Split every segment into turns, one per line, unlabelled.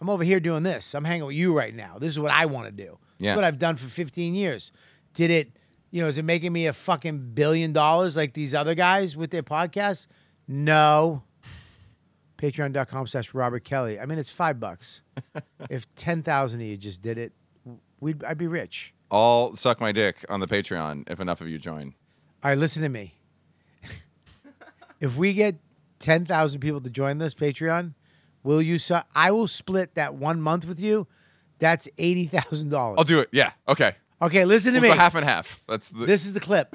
I'm over here doing this. I'm hanging with you right now. This is what I want to do. This is
Yeah.
What I've done for 15 years. Did it, you know, is it making me a fucking billion dollars like these other guys with their podcasts? No. Patreon.com slash Robert Kelly. I mean, it's five bucks. if 10,000 of you just did it, we'd, I'd be rich.
I'll suck my dick on the Patreon if enough of you join.
All right, listen to me. if we get 10,000 people to join this Patreon, will you, su- I will split that one month with you. That's $80,000.
I'll do it. Yeah. Okay.
Okay, listen to
We'll
me.
go half and half. That's the
This is the clip.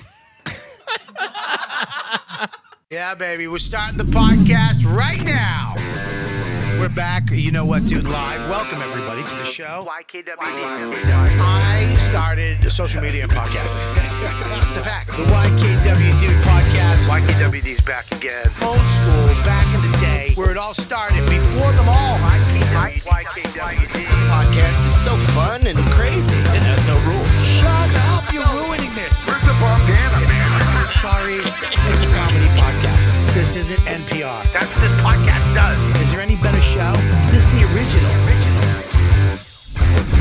yeah, baby. We're starting the podcast right now. We're back. You know what, dude? Live. Welcome, everybody, to the show. YKW. I started the social media and podcast. the fact. The YKW Dude podcast. YKWD's back again. Old school, back in the day, where it all started, before them all. YKWD. This podcast is so fun and crazy. It has no rules. Shut up. You're ruining this.
Where's the bandana, man?
Sorry, it's a comedy podcast. This isn't NPR.
That's what this podcast does.
Is there any better show? This is the original. Original.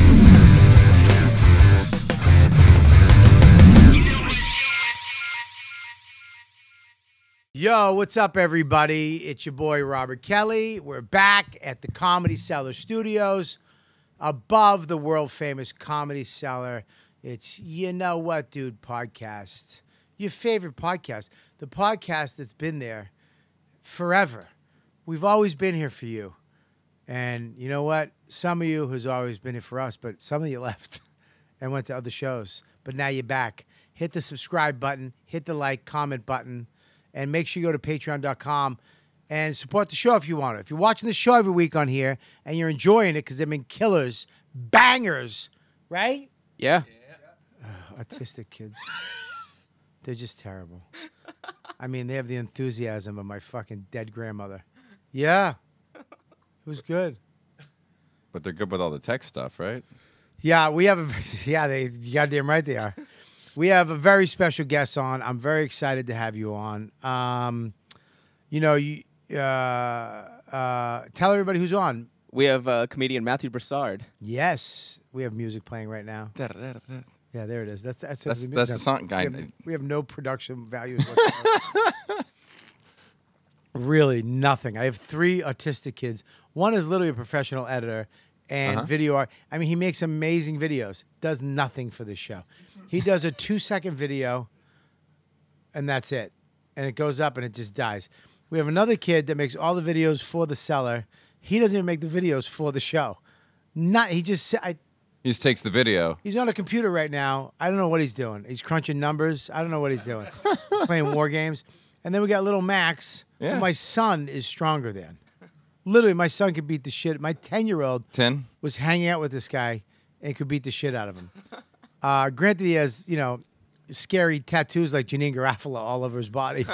Yo, what's up, everybody? It's your boy Robert Kelly. We're back at the Comedy Cellar Studios, above the world famous Comedy Cellar. It's you know what, dude, podcast. Your favorite podcast, the podcast that's been there forever. We've always been here for you. And you know what? Some of you has always been here for us, but some of you left and went to other shows. But now you're back. Hit the subscribe button, hit the like, comment button, and make sure you go to patreon.com and support the show if you want to. If you're watching the show every week on here and you're enjoying it because they've been killers, bangers, right?
Yeah.
Autistic kids. They're just terrible. I mean, they have the enthusiasm of my fucking dead grandmother. Yeah. It was good.
but they're good with all the tech stuff, right?
Yeah, we have a yeah, they you goddamn right they are. We have a very special guest on. I'm very excited to have you on. Um, you know, you uh, uh, tell everybody who's on.
We have uh, comedian Matthew Broussard.
Yes, we have music playing right now. Yeah, there it is. That's that's
That's- that's the song, guy.
We have, we have no production values. whatsoever. really, nothing. I have three autistic kids. One is literally a professional editor and
Uh-huh.
video art. I mean, he makes amazing videos. Does nothing for this show. He does a two-second video, and that's it. And it goes up and it just dies. We have another kid that makes all the videos for the seller. He doesn't even make the videos for the show. Not he just sa- I
He just takes the video.
He's on a computer right now. I don't know what he's doing. He's crunching numbers. I don't know what he's doing. Playing war games. And then we got little Max. who
Yeah.
my son is stronger than. Literally, my son could beat the shit. My 10 year old
Ten.
was hanging out with this guy and could beat the shit out of him. Uh, granted, he has, you know, scary tattoos like Janine Garofalo all over his body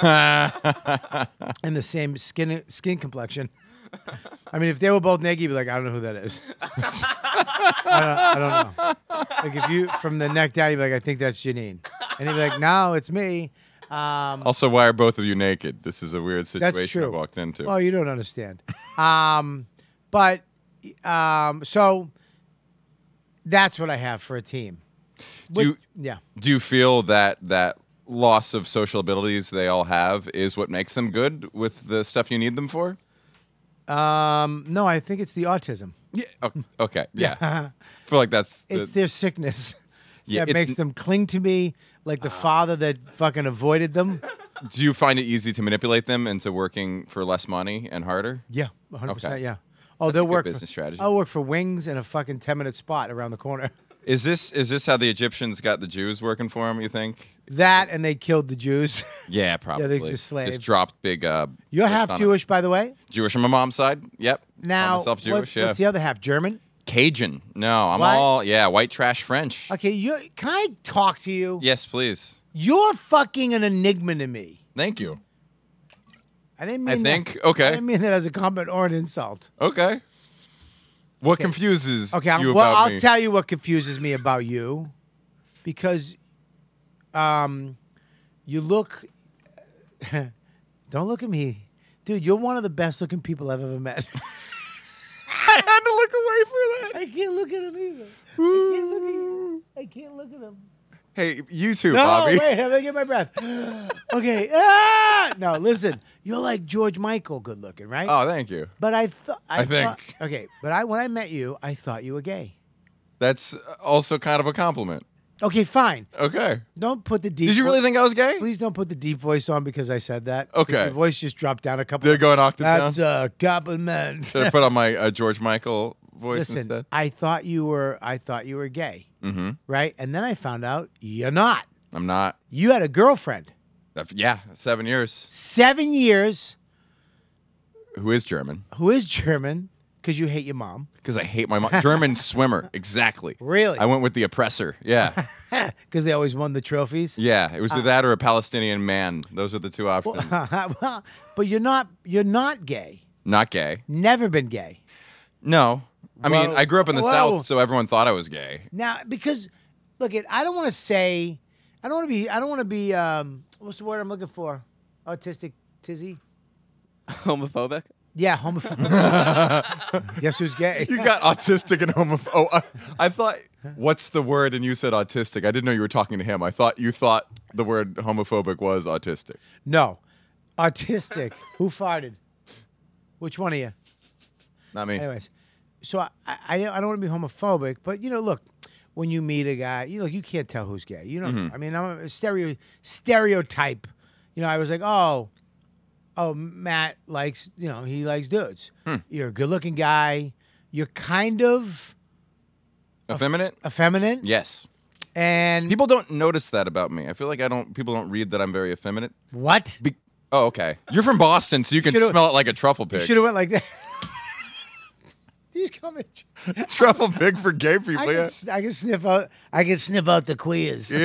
and the same skin skin complexion. I mean, if they were both naked, you'd be like, I don't know who that is. I, don't, I don't know. Like if you from the neck down, you'd be like, I think that's Janine, and he'd be like, No, it's me.
Also, why are both of you naked? This is a weird situation
That's true.
I walked into.
Well, you don't understand. um, but um, so that's what I have for a team.
do, you,
Yeah.
do you feel that that loss of social abilities they all have is what makes them good with the stuff you need them for?
Um, no, I think it's the autism.
Yeah. okay. Yeah. I feel like that's the-
It's their sickness
Yeah,
that
it's
makes
n- Ah.
them cling to me like the father that fucking avoided them.
Do you find it easy to manipulate them into working for less money and harder?
Yeah, 100%.
Okay.
Yeah. Oh,
That's a
they'll
good
work
business
for,
strategy.
I'll work for wings in a fucking 10 minute spot around the corner.
Is this is this how the Egyptians got the Jews working for them? You think?
That and they killed the Jews.
Yeah, probably.
just slaves.
dropped big. Uh,
You're
bricks
half
on 'em.
Jewish, by the way.
Jewish on my mom's side. Yep. Call
Now,
myself
what-
Jewish. yeah.
what's the other half? German?
Cajun. No, I'm
What?
all yeah. White trash French.
Okay, you can I talk to you?
Yes, please.
You're fucking an enigma to me.
Thank you.
I didn't mean
I
that-
think- okay.
I didn't mean that as a compliment or an insult.
Okay. What confuses
Okay, I'm,
you
well,
about
I'll
me?
tell you what confuses me about you, because, um, you look. don't look at me, dude. You're one of the best looking people I've ever met.
I had to look away for that.
I can't look at him either. I can't look at you. I can't look at him.
Hey, you too,
No,
Bobby.
wait, let me get my breath. okay, ah! no, listen. You're like George Michael, good looking, right?
Oh, thank you.
But I thought I,
I think.
thought- okay, but I when I met you, I thought you were gay.
That's also kind of a compliment.
Okay, fine.
Okay.
Don't put the deep.
Did you really
vo-
think I was gay?
Please don't put the deep voice on because I said that.
Okay.
your voice just dropped down a couple.
Did it go an octave down?
That's a compliment.
Should I put on my uh, George Michael voice
Listen,
instead?
I thought you were. I thought you were gay. Mm-hmm. Right, and then I found out you're not.
I'm not.
You had a girlfriend.
I've- Yeah, seven years.
Seven years.
Who is German?
Who is German? Because you hate your mom.
Because I hate my mom. German swimmer. Exactly.
Really?
I went with the oppressor. Yeah.
Because they always won the trophies.
Yeah. It was
Uh,
either that or a Palestinian man. Those were the two options.
well, but you're not. You're not gay.
Not gay.
Never been gay.
No. I mean,
Whoa.
I grew up in the
Whoa.
South, so everyone thought I was gay.
Now, because look, it. I don't want to say. I don't want to be. I don't want to be. Um, what's the word I'm looking for? Autistic tizzy.
Homophobic?
Yeah, homophobic. Guess who's gay?
You got autistic and homophobic. Oh, I, I thought, what's the word? And you said autistic. I didn't know you were talking to him. I thought you thought the word homophobic was autistic.
No, autistic. Who farted? Which one of you?
Not me.
Anyways, so I I, I don't want to be homophobic, but you know, look, when you meet a guy, you look, you can't tell who's gay. You know,
Mm-hmm.
I mean, I'm a stereo stereotype. You know, I was like, oh, oh, Matt likes, you know, he likes dudes.
Hmm.
You're a good-looking guy. You're kind of
Effeminate?
effeminate,
Yes.
and
People don't notice that about me. I feel like I don't. People don't read that I'm very effeminate.
what?
Be- oh, okay. You're from Boston, so you can
Should've-
smell it like a truffle pig.
Should have went like that. These comments.
truffle pig for gay
I
people.
can,
Yeah.
s- I can sniff out. I can sniff out the queers.
You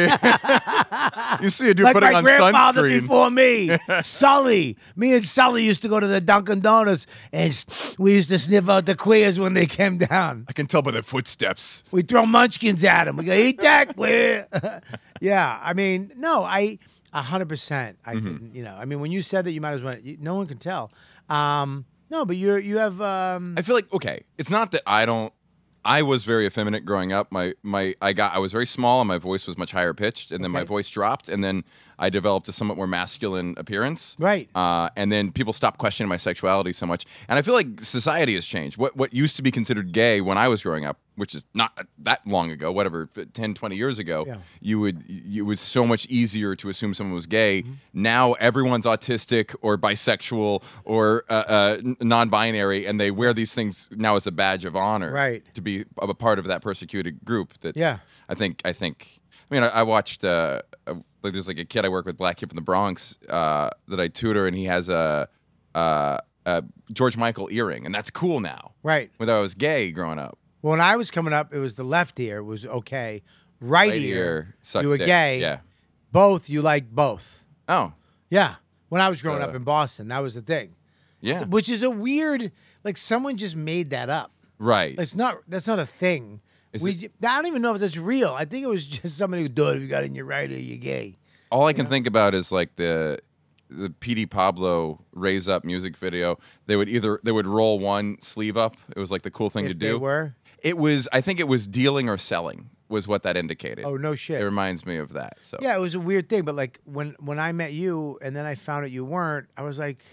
see a dude
like
putting
my
on
grandfather
sunscreen.
before me, Sully. Me and Sully used to go to the Dunkin' Donuts, and s- we used to sniff out the queers when they came down.
I can tell by their footsteps.
We throw munchkins at them. We go eat that queer. yeah, I mean, no, I a hundred percent. I
Mm-hmm.
didn't, you know, I mean, when you said that, you might as well. You, no one can tell. Um, no, but you're you have. Um,
I feel like okay, it's not that I don't. I was very effeminate growing up. My my I got I was very small and my voice was much higher pitched, and then my voice dropped, and then I developed a somewhat more masculine appearance.
Right.
Uh, and then people stopped questioning my sexuality so much, and I feel like society has changed. What what used to be considered gay when I was growing up, which is not that long ago, whatever, 10, 20 years ago,
Yeah.
you would it was so much easier to assume someone was gay.
Mm-hmm.
Now everyone's autistic or bisexual or uh, uh, n- non-binary, and they wear these things now as a badge of honor,
Right.
To be a a part of that persecuted group. That
Yeah.
I think I think I mean I, I watched uh, uh, like there's like a kid I work with, black kid from the Bronx uh, that I tutor, and he has a. Uh, uh, George Michael earring, and that's cool now.
Right.
Whether I was gay growing up,
When I was coming up, it was the left ear was okay. Right,
Right ear sucks
you were
dick.
gay.
Yeah.
Both you like both.
oh,
Yeah. When I was growing
So-
up in Boston, that was the thing.
Uh. Yeah.
Which is a weird, like someone just made that up.
Right.
It's not. That's not a thing. we.
it-
j- I don't even know if that's real. I think it was just somebody who thought if you got in your right ear, you're gay.
All I can think about is like the the PD Pablo raise up music video. They would either they would roll one sleeve up. It was like the cool thing
If
to
they
do.
were?
It was I think it was dealing or selling was what that indicated.
Oh, no shit.
It reminds me of that. So
Yeah, it was a weird thing. But like when when I met you, and then I found out you weren't. I was like,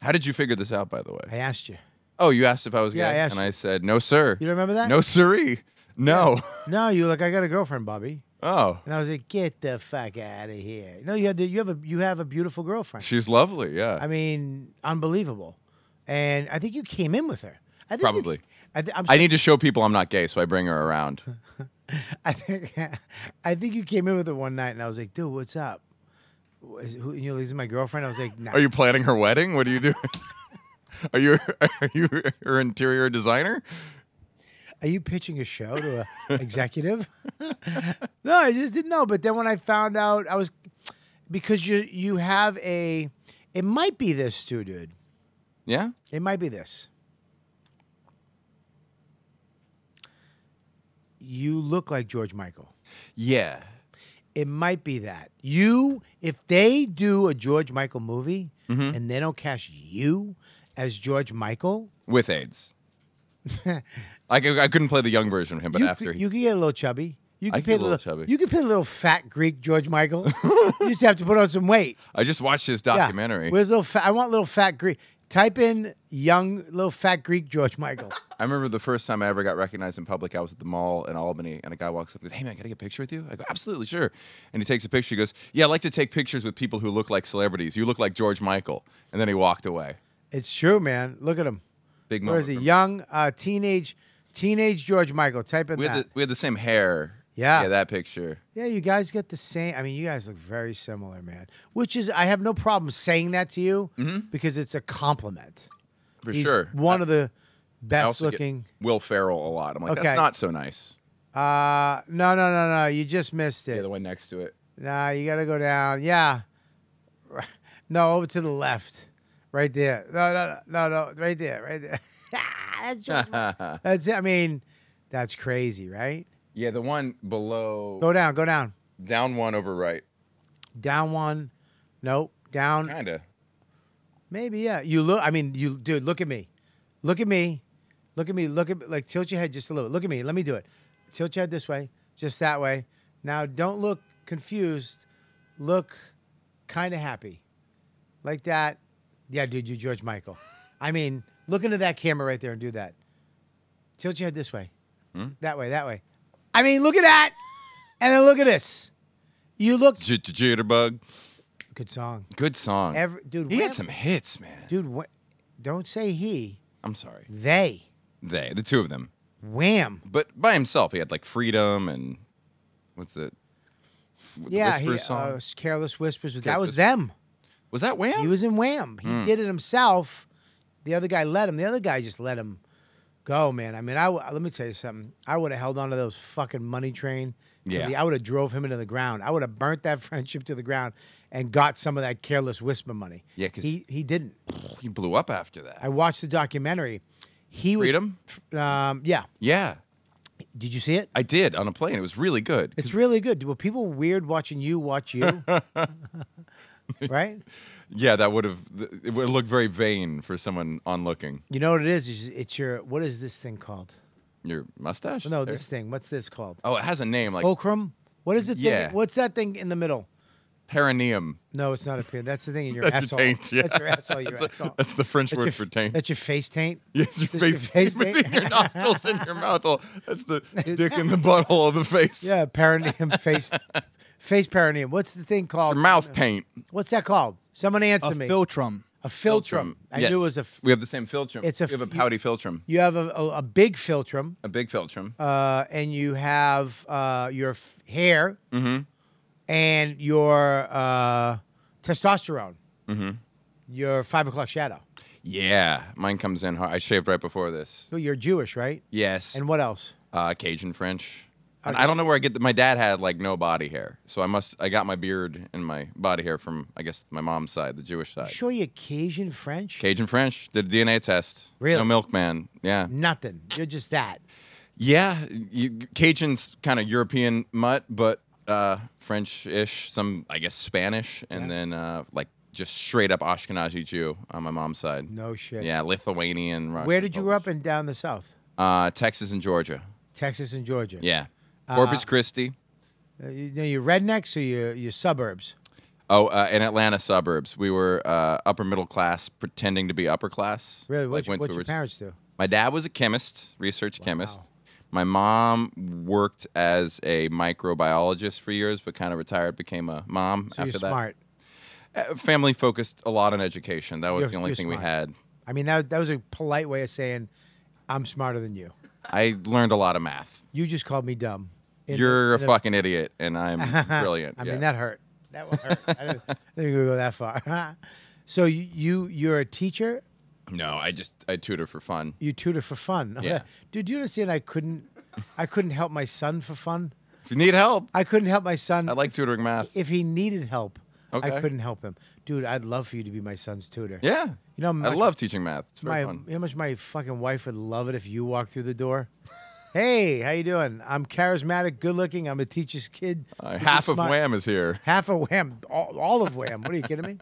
How did you figure this out by the way?
I asked you.
Oh, you asked if I was
Yeah,
gay
I asked
and
you.
I said, "No, sir."
You don't remember that?
No, siree. No.
No, you were like I got a girlfriend, Bobby.
Oh.
And I was like, get the fuck out of here. No, you had the, you have a you have a beautiful girlfriend.
She's lovely, yeah.
I mean, unbelievable. And I think you came in with her. I think you-
Probably.
I, th- I'm
I need to show people I'm not gay, so I bring her around.
I think I think you came in with it one night, and I was like, "Dude, what's up?" Is, who, you know, this is my girlfriend. I was like, nah.
Are you planning her wedding? What are you doing? Are you are you her interior designer?
are you pitching a show to an executive?" no, I just didn't know. But then when I found out, I was because you you have a. It might be this too, dude.
Yeah.
It might be this. You look like George Michael.
Yeah.
It might be that you, if they do a George Michael movie
Mm-hmm.
and they don't cast you as George Michael,
With AIDS. I, cou- I couldn't play the young version of him, but
you
after
could,
he,
you could get a little chubby. You
I
could
could
play
get a little chubby.
You could play a little fat Greek George Michael. you just have to put on some weight.
I just watched his
Yeah.
documentary.
Where's little fat? I want little fat Greek. Type in young little fat Greek George Michael.
I remember the first time I ever got recognized in public. I was at the mall in Albany, and a guy walks up and goes, "Hey man, can I get a picture with you?" I go, "Absolutely, sure." And he takes a picture. He goes, "Yeah, I like to take pictures with people who look like celebrities. You look like George Michael." And then he walked away.
it's true, man. Look at him.
Big
Where
moment.
is he?
for me.
Young, uh, teenage, teenage George Michael. Type in
We
that.
had, the, we had the same hair.
Yeah.
Yeah, that picture.
Yeah, you guys get the same. I mean, you guys look very similar, man. Which is, I have no problem saying that to you because it's a compliment.
Mm-hmm. For
He's
sure.
one of the
I
best
also get
looking.
Will Ferrell a lot. I'm like,
Okay.
that's not so nice.
Uh, no, no, no, no. You just missed
The
it.
other one next to it.
Nah, you got to go down. Yeah. No, over to the left. Right there. No, no, no, no, no. Right there. Right there. that's, just- that's it. I mean, that's crazy, right?
Yeah, the one below,
Go down, go down.
down one over right.
Down one. Nope. Down.
Kinda.
Maybe yeah. You look. I mean, you dude. Look at me. Look at me. Look at me. Look at like tilt your head just a little. Look at me. Let me do it. Tilt your head this way. Just that way. Now don't look confused. Look kind of happy, like that. Yeah, dude. You George Michael. I mean, look into that camera right there and do that. Tilt your head this way.
Hmm?
That way. That way. I mean, look at that. And then look at this. You look
J- j- Jitterbug.
good song,
Good song.
Every- dude,
he
wham-
had some hits, man.
dude. What? Don't say he.
I'm sorry.
They.
They, the two of them.
Wham.
But by himself, he had like Freedom and what's it? The
Yeah,
Whisper
he,
song.
uh, Careless Whispers. that
Careless Hmm.
was
Whisper.
them.
was that
He
Wham?
was in Wham. He did it himself. The other guy let him. The other guy just let him go, man. I mean, I w- let me tell you something. I would have held on to those fucking money train.
Yeah.
I would have drove him into the ground. I would have burnt that friendship to the ground and got some of that careless whisper money.
Yeah, 'cause-
he he didn't.
he blew up after that.
I watched the documentary. He was-
Freedom?
Um, yeah.
yeah,
Did you see it?
I did on a plane. It was really good.
It's really good. Were people weird watching you watch you? right?
Yeah, that would have it would look very vain for someone on looking.
You know what it is? It's- It's your what is this thing called?
Your mustache?
No,
There?
this thing. What's this called?
Oh, it has a name like
Fulcrum. What is it?
Yeah.
Thing? What's that thing in the middle?
perineum.
No, it's not a pin. That's the thing in your
That's your
asshole.
taint, yeah.
That's your asshole. Your
That's,
asshole.
that's the French
That's
word
your,
for taint.
That's your face taint.
yes, your
that's your
face,
face
between
taint.
your nostrils and your mouth. hole. That's the dick in the butthole of the face.
Yeah, perineum face, face perineum. What's the thing called?
Your mouth taint.
What's that called? Someone answer me.
Filtrum.
a filtrum. I
Yes.
knew it was a. f-
we have the same filtrum.
It's a
we have a
f-
pouty filtrum,
you have a, a, a big filtrum,
a big filtrum.
uh, and you have uh, your f- hair,
Mm-hmm.
and your uh, testosterone,
Mm-hmm.
your five o'clock shadow.
yeah, mine comes in hard. I shaved right before this.
So you're Jewish, right?
Yes,
And what else?
uh, Cajun French. And I don't know where I get the, my dad had like no body hair, so I must I got my beard and my body hair from I guess my mom's side, the Jewish side.
Sure, you Cajun French?
Cajun French did a DNA test.
Really?
No milkman. Yeah.
Nothing. You're just that.
Yeah, you, Cajun's kind of European mutt, but uh, French-ish, some I guess Spanish, and then uh, like just straight up Ashkenazi Jew on my mom's side.
No shit.
Yeah, Lithuanian. Russian,
Where did you grow
Polish.
up and down the South?
Uh, Texas and Georgia.
Texas and Georgia.
Yeah, Corpus Christi.
Uh, you know, you rednecks or you you suburbs?
Oh, uh, in Atlanta suburbs, we were uh, upper middle class, pretending to be upper class.
Really? What
Like, went
what
to a
your
rich-
parents do?
My dad was a chemist, research chemist. My mom worked as a microbiologist for years, but kind of retired, became a mom
So you're
after that.
smart.
Uh, Family focused a lot on education. That was
You're-
the only
you're
thing we
smart.
had.
I mean, that that was a polite way of saying I'm smarter than you.
I learned a lot of math.
You just called me dumb. In the-
You're a
in the-
fucking idiot, and I'm brilliant.
I
yeah.
mean, that hurt. That one hurt. I didn't, I didn't think we would go that far. so you, you you're a teacher.
No, I just I tutor for fun.
You tutor for fun.
Yeah.
Dude, do you understand? I couldn't. I couldn't help my son for fun.
If you need help,
I couldn't help my son.
I like tutoring math.
if he needed help. I
Okay.
couldn't help him, dude. I'd love for you to be my son's tutor.
Yeah.
You know,
I
much-
love teaching math. It's
my
very fun.
how much my fucking wife would love it if you walked through the door. hey, how you doing? I'm charismatic, good looking. I'm a teacher's kid.
Uh,
You're
half of
smart."
Wham is here.
Half of wham. All, all of wham. What are you kidding me?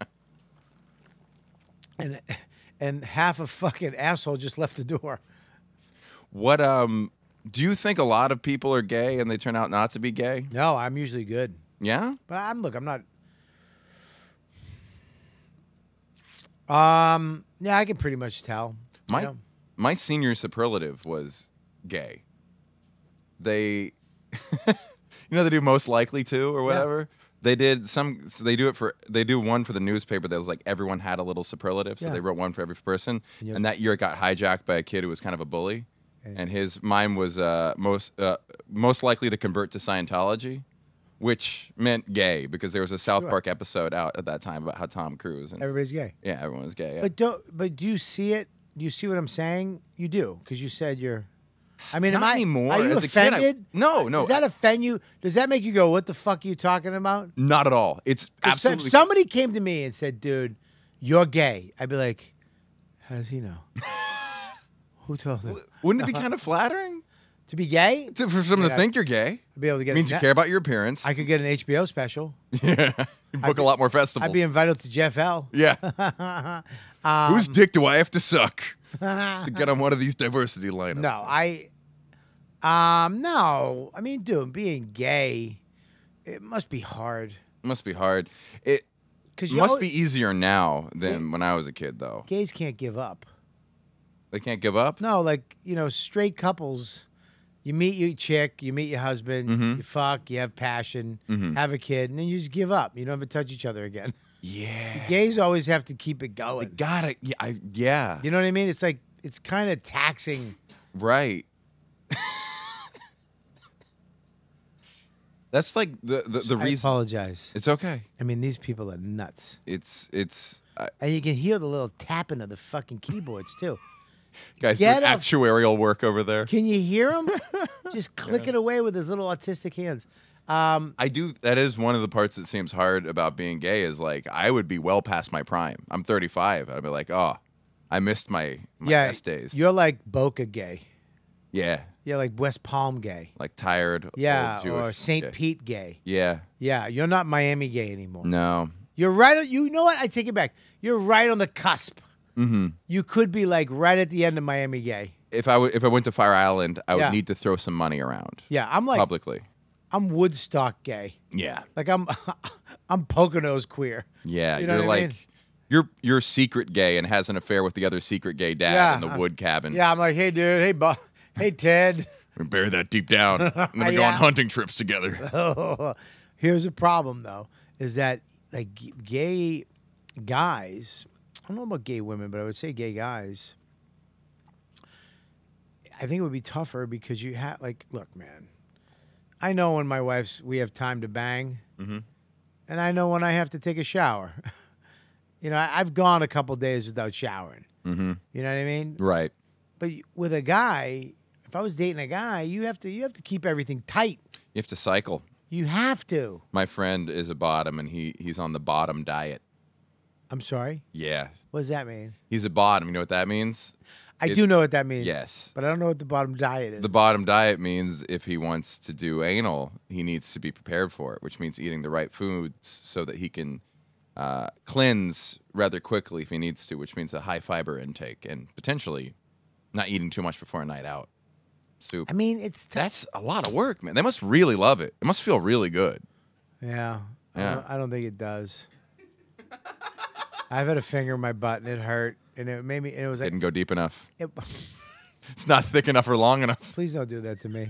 And and half a fucking asshole just left the door.
What um do you think a lot of people are gay and they turn out not to be gay?
No, I'm usually good,
Yeah?
but I'm look. I'm not. Um. Um, Yeah, I can pretty much tell. you
My
know?
my senior superlative was gay. They You know they do most likely to or whatever. They did some so they do it for they do one for the newspaper that was like everyone had a little superlative, so
Yeah.
they wrote one for every person. And that year it got hijacked by a kid who was kind of a bully. And his mine was uh, most uh, most likely to convert to Scientology, which meant gay because there was a South Park episode out at that time about how Tom Cruise and
Everybody's gay.
yeah everyone was gay. yeah.
But don't. But do you see it? Do you see what I'm saying? You do, because you said you're. I mean, am
Not
I,
anymore.
Are you
As a kid, I-
offended?
No, no.
Does that offend you? Does that make you go, "What the fuck are you talking about"?
Not at all. It's
'Cause if
absolutely
somebody came to me and said, "Dude, you're gay," I'd be like, "How does he know? Who told him
Wouldn't
Uh-huh.
it be kind of flattering
to be gay?"
to, for someone to think you're gay?
I'd be able to get
It means
a-
you care about your appearance.
I could get an HBO special.
you book a lot more festivals.
I'd be Um, invited to Jeff L.
yeah. Whose dick do I have to suck to get on one of these diversity lineups?
No, I. Um, no. I mean, dude, being gay, it must be hard.
must be hard. It
Cause you
must
always-
be easier now than when I was a kid, though.
gays can't give up.
They can't give up.
No, like you know, straight couples. You meet your chick, you meet your husband, you fuck, you have passion, have a kid, and then you just give up. You don't ever touch each other again.
Yeah.
Gays always have to keep it going.
Gotta. Yeah. I, yeah.
You know what I mean? It's like it's kind of taxing.
Right. That's like the the, the
I
reason.
apologize.
It's okay.
I mean, these people are nuts,
It's it's uh,
and you can hear the little tapping of the fucking keyboards too.
guys
Get
doing
a-
actuarial work over there.
Can you hear him? just click it away with his little autistic hands. Um,
I do. That is one of the parts that seems hard about being gay. Is like I would be well past my prime. I'm 35. I'd be like, oh, I missed my, my
yeah,
best days.
you're like Boca gay.
Yeah,
You're like West Palm gay.
like tired. old
Yeah,
Jewish
or St.
gay.
Pete gay.
Yeah.
Yeah, you're not Miami gay anymore.
No.
You're right. on- You know what? I take it back. You're right on the cusp. Mm-hmm. You could be like right at the end of Miami gay.
If I w- if I went to Fire Island, I would
Yeah.
need to throw some money around.
Yeah, I'm like
publicly.
I'm Woodstock gay.
Yeah.
Like I'm I'm Poconos queer.
Yeah,
you
you
know
are
what I
like
mean?
you're you're secret gay and has an affair with the other secret gay dad
Yeah,
in the
uh,
wood cabin.
Yeah, I'm like, hey dude, hey Bob, hey Ted.
we bury that deep down. and then we go
Yeah.
on hunting trips together.
Here's a problem though, is that like g- gay guys, I don't know about gay women, but I would say gay guys. I think it would be tougher because you have like, look, man, I know when my wife's we have time to bang, and I know when I have to take a shower. you know, I, I've gone a couple days without showering. You know what I mean?
right.
But you- with a guy, If I was dating a guy, you have to you have to keep everything tight.
You have to cycle.
You have to.
My friend is a bottom, and he he's on the bottom diet.
I'm sorry.
Yeah,
What does that mean?
he's a bottom. You know what that means?
I
It-
do know what that means.
Yes.
But I don't know what the bottom diet is.
The bottom diet means if he wants to do anal, he needs to be prepared for it, which means eating the right foods so that he can uh, cleanse rather quickly if he needs to, which means a high fiber intake and potentially not eating too much before a night out. Soup.
I mean, it's tough.
That's a lot of work, man. They must really love it. It must feel really good.
Yeah. I,
Yeah.
don't, I don't think it does. I've had a finger in my butt and it hurt, and it made me. And it was like,
Didn't go deep enough.
it,
It's not thick enough or long enough.
please don't do that to me.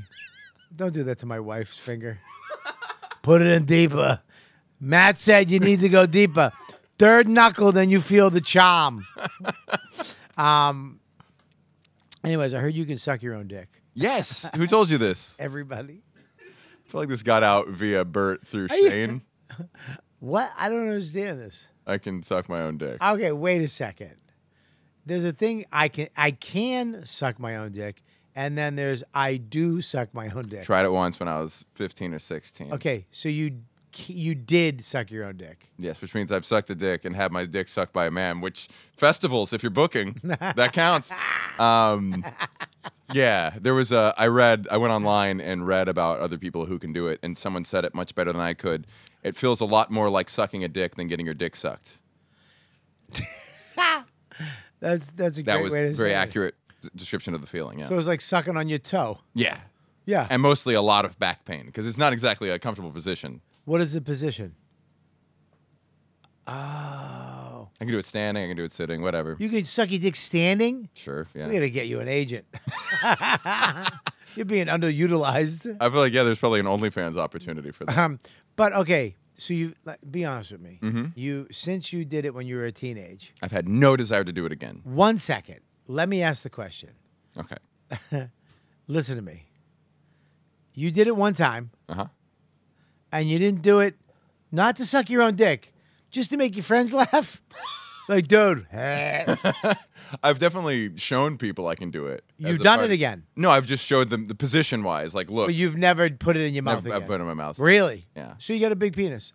Don't do that to my wife's finger. Put it in deeper. Matt said you need to go deeper. Third knuckle, then you feel the charm. um. Anyways, I heard you can suck your own dick.
Yes. Who told you this?
Everybody.
I feel like this got out via Bert through Shane.
What? I don't understand this.
I can suck my own dick.
Okay, wait a second. There's a thing I can I can suck my own dick, and then there's I do suck my own dick.
Tried it once when I was 15 or 16.
Okay, so you c- you did suck your own dick.
Yes, which means I've sucked a dick and had my dick sucked by a man. Which festivals, if you're booking, that counts. Um, yeah, there was a. I read. I went online and read about other people who can do it, and someone said it much better than I could. It feels a lot more like sucking a dick than getting your dick sucked.
That's that's a
That
great
was
way to
very
say
accurate d- description of the feeling. Yeah.
It. So it's like sucking on your toe.
yeah.
Yeah.
And mostly a lot of back pain because it's not exactly a comfortable position.
what is the position?
I can do it standing. I can do it sitting. Whatever.
Oh. You can suck your dick standing.
sure. Yeah.
We gotta get you an agent. You're being underutilized.
I feel like yeah, there's probably an OnlyFans opportunity for that.
Um, but okay, so you like, be honest with me.
Mm-hmm.
You since you did it when you were a teenage.
I've had no desire to do it again.
One second. Let me ask the question.
Okay.
Listen to me. You did it one time,
Uh huh.
and you didn't do it not to suck your own dick, just to make your friends laugh. like, dude,
I've definitely shown people I can do it. as
You've
a
done
part-
it again.
No, I've just showed them the position wise. Like, look,
but you've never put it in your mouth
I've,
again.
I've put it in my mouth.
Really?
Yeah.
So you got a big penis.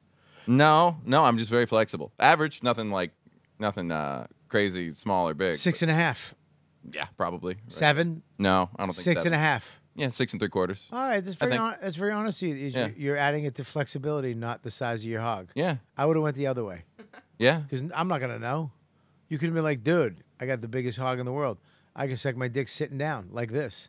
No, no, I'm just very flexible. Average, nothing like, nothing uh, crazy, small or big.
Six and a half,
but yeah, probably. Right.
seven,
No, I don't think
six and a
seven.
half. Oh.
Yeah, six and three quarters.
All right, that's very
think-
hon- that's very honest. of You, is
Yeah.
you- you're adding it to flexibility, not the size of your hog.
Yeah,
I would have went the other way.
yeah.
Because I'm not gonna know. You could have been like, dude, I got the biggest hog in the world. I can suck my dick sitting down like this,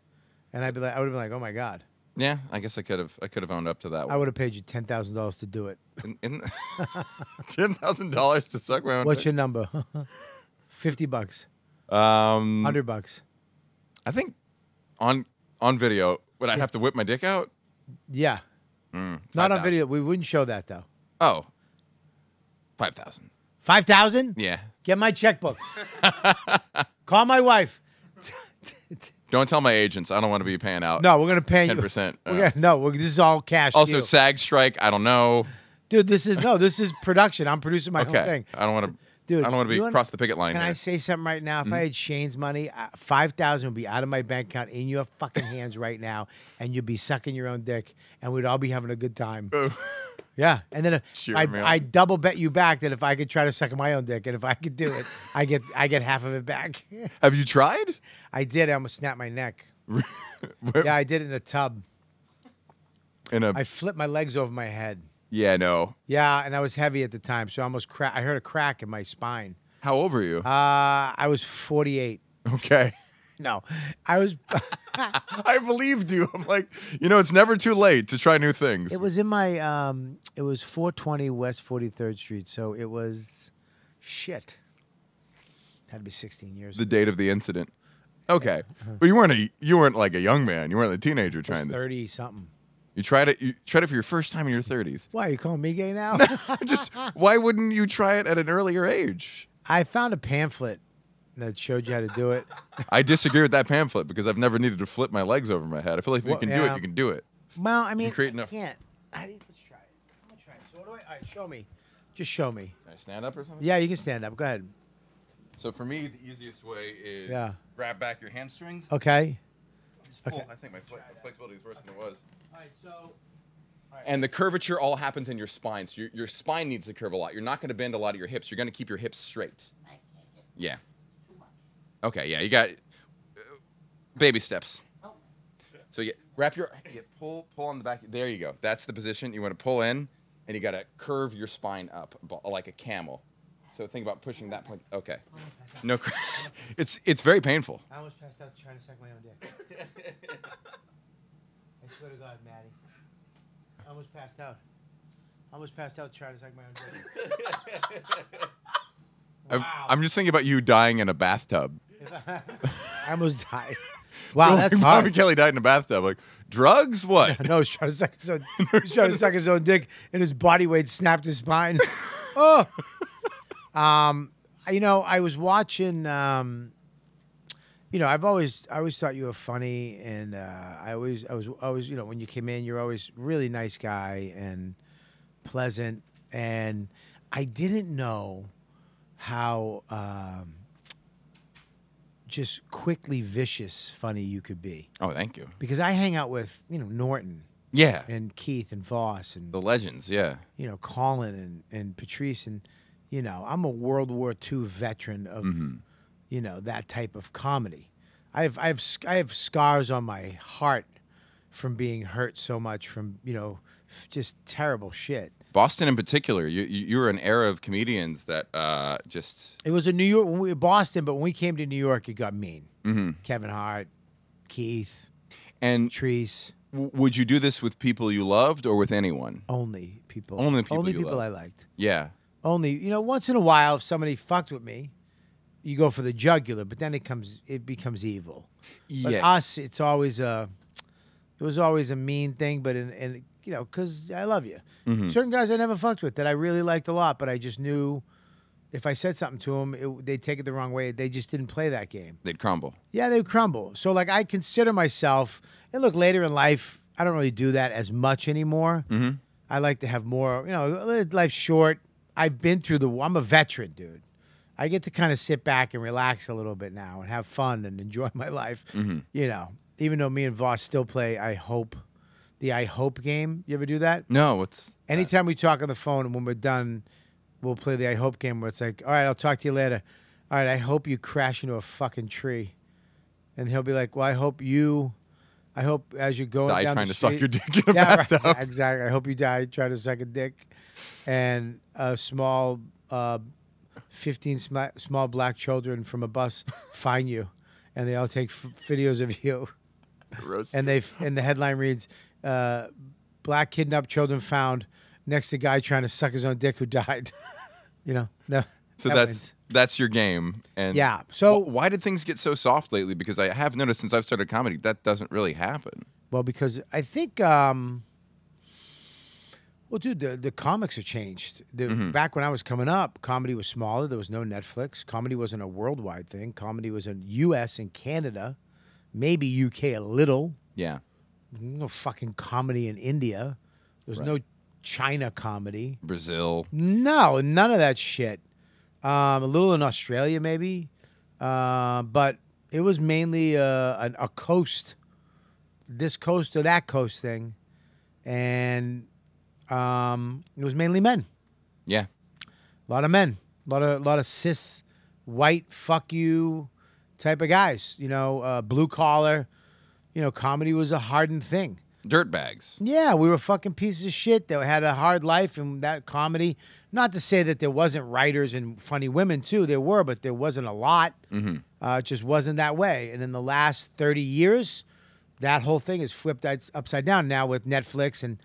and I'd be like, I would have been like, oh my god,
Yeah, I guess I could have I could have owned up to that
I
one.
would have paid you ten thousand dollars to do it.
In- in- $10,000 to suck my own
What's
dick.
your number? Fifty bucks,
um,
hundred bucks.
I think on on video, would I have to whip my dick out?
Yeah.
Mm,
Not on
5,000.
video. We wouldn't show that though.
Oh, 5,000.
Five thousand?
Yeah.
Get my checkbook. Call my wife.
Don't tell my agents. I don't want to be paying out.
No, we're gonna pay you.
10%,
We're
uh,
gonna- no, we're, this is all cash. to
Also,
you.
SAG strike. I don't know.
dude, this is no, this is production. I'm producing my
Okay.
whole thing.
I don't want to.
Dude,
I don't want to be
you wanna-
cross the picket line.
Can I
here. Mm-hmm.
say something right now? If I had Shane's money, uh, five thousand would be out of my bank account in your fucking hands right now, and you'd be sucking your own dick, and we'd all be having a good time. yeah, and then if,
Cheer
I,
me on.
I double bet you back that if I could try to suck my own dick, and if I could do it, I get I get half of it back.
Have you tried?
I did. I almost snapped my neck. yeah, I did it in a tub.
In a
I flipped my legs over my head.
yeah, no.
Yeah, and I was heavy at the time, so I almost cra- I heard a crack in my spine.
How old were you?
Uh, I was forty eight.
okay.
No, I was.
I believed you. I'm like, you know, it's never too late to try new things.
It was in my um it was 420 West 43rd Street, so it was shit. Had to be 16 years.
the date of the incident. Okay,
Uh-huh.
but you weren't a you weren't like a young man. You weren't a teenager
I was
trying to.
30 something.
You tried it. You tried it for your first time in your 30s.
Why are you calling me gay now?
Just why wouldn't you try it at an earlier age?
I found a pamphlet that showed you how to do it.
I disagree with that pamphlet because I've never needed to flip my legs over my head. I feel like if
Well,
you can do
yeah.
it, you can do it.
Well, I mean,
create
I
enough-
can't. How do you, let's try it. I'm gonna try it. So what do I? All right, show me. Just show me.
Can I stand up or something?
Yeah, you can stand up. Go ahead.
So for me, the easiest way is
Yeah.
grab back your hamstrings,
Okay.
I think my, fle- my flexibility is worse than it was. And the curvature all happens in your spine. So your, your spine needs to curve a lot. You're not going to bend a lot of your hips. You're going to keep your hips straight. Yeah. Okay, yeah, you got uh, baby steps. So you wrap your you pull pull on the back. There you go. That's the position. You want to pull in and you got to curve your spine up bu- like a camel. So think about pushing that point. Okay. No cr- It's it's very painful.
I almost passed out trying to suck my own dick. I swear to God, Maddie. I almost passed out. I almost passed out trying to suck my own dick.
I'm- I'm just thinking about you dying in a bathtub.
I almost died. Wow, that's
Oh, Bobby
hard.
Kelly died in a bathtub. Like drugs? What?
No, he's trying to suck his own. he's trying to suck his own dick, and his body weight snapped his spine. oh, um, you know, I was watching. Um, you know, I've always, I always thought you were funny, and uh, I always, I was, always, you know, when you came in, you're always really nice guy and pleasant, and I didn't know how um, just quickly vicious funny you could be
Oh, thank you.
because I hang out with you know Norton
Yeah.
and Keith and Voss and
The legends, yeah.
you know Colin and and Patrice and you know I'm a World War II veteran of
Mm-hmm.
you know that type of comedy. I have I have sc- I have scars on my heart from being hurt so much from you know f- just terrible shit.
Boston in particular, you you, you were an era of comedians that uh, just
It was in New York when we Boston, but when we came to New York, it got mean.
Mm-hmm.
Kevin Hart, Keith,
and
Patrice.
w- would you do this with people you loved or with anyone?
Only people.
Only people
Only
you
people
love.
I liked.
Yeah.
only you know once in a while if somebody fucked with me you go for the jugular but then it comes it becomes evil but
Yeah.
us it's always a it was always a mean thing but in, and you know because i love you certain guys i never fucked with that i really liked a lot but i just knew if i said something to them it, they'd take it the wrong way they just didn't play that game
They'd crumble.
yeah, they would crumble. So like I consider myself and look later in life, I don't really do that as much anymore. Mm-hmm. I like to have more, you know, life's short. I've been through the I'm a veteran, dude. I get to kind of sit back and relax a little bit now and have fun and enjoy my life. You know, even though me and Voss still play I hope the I hope game. You ever do that?
No, it's
Anytime we talk on the phone and when we're done, we'll play the I hope game where it's like, all right, I'll talk to you later. All right, I hope you crash into a fucking tree. And he'll be like, well, I hope you, I hope as you're going
die
down
trying
the
to suck
street-
your dick in a
yeah, right,
bathtub.
exactly. I hope you die trying to suck a dick. And a small, uh, 15 sm- small black children from a bus find you and they all take f- videos of you
Gross.
and they and the headline reads, uh, "Black kidnapped children found next to guy trying to suck his own dick who died." you know, no.
so
that
that's
wins.
that's your game. And
Yeah, so-
Wh- why did things get so soft lately? Because I have noticed since I've started comedy, that doesn't really happen.
well because I think, um, well, dude, the, the comics have changed. The,
Mm-hmm.
Back when I was coming up, comedy was smaller. There was no Netflix. Comedy wasn't a worldwide thing. Comedy was in U.S. and Canada, maybe U.K. a little.
Yeah.
No fucking comedy in India. There's no China comedy.
Brazil.
No, none of that shit. Um, a little in Australia, maybe, uh, but it was mainly uh, an, a coast, this coast or that coast thing, and um, it was mainly men.
Yeah.
A lot of men, a lot of lot of cis, white, fuck you, type of guys. You know, uh, blue collar. You know, comedy was a hardened thing.
Dirt bags.
Yeah, we were fucking pieces of shit that had a hard life and that comedy. Not to say that there wasn't writers and funny women too. There were, but there wasn't a lot. Uh, it just wasn't that way. And in the last thirty years, that whole thing is flipped ups- upside down now with Netflix and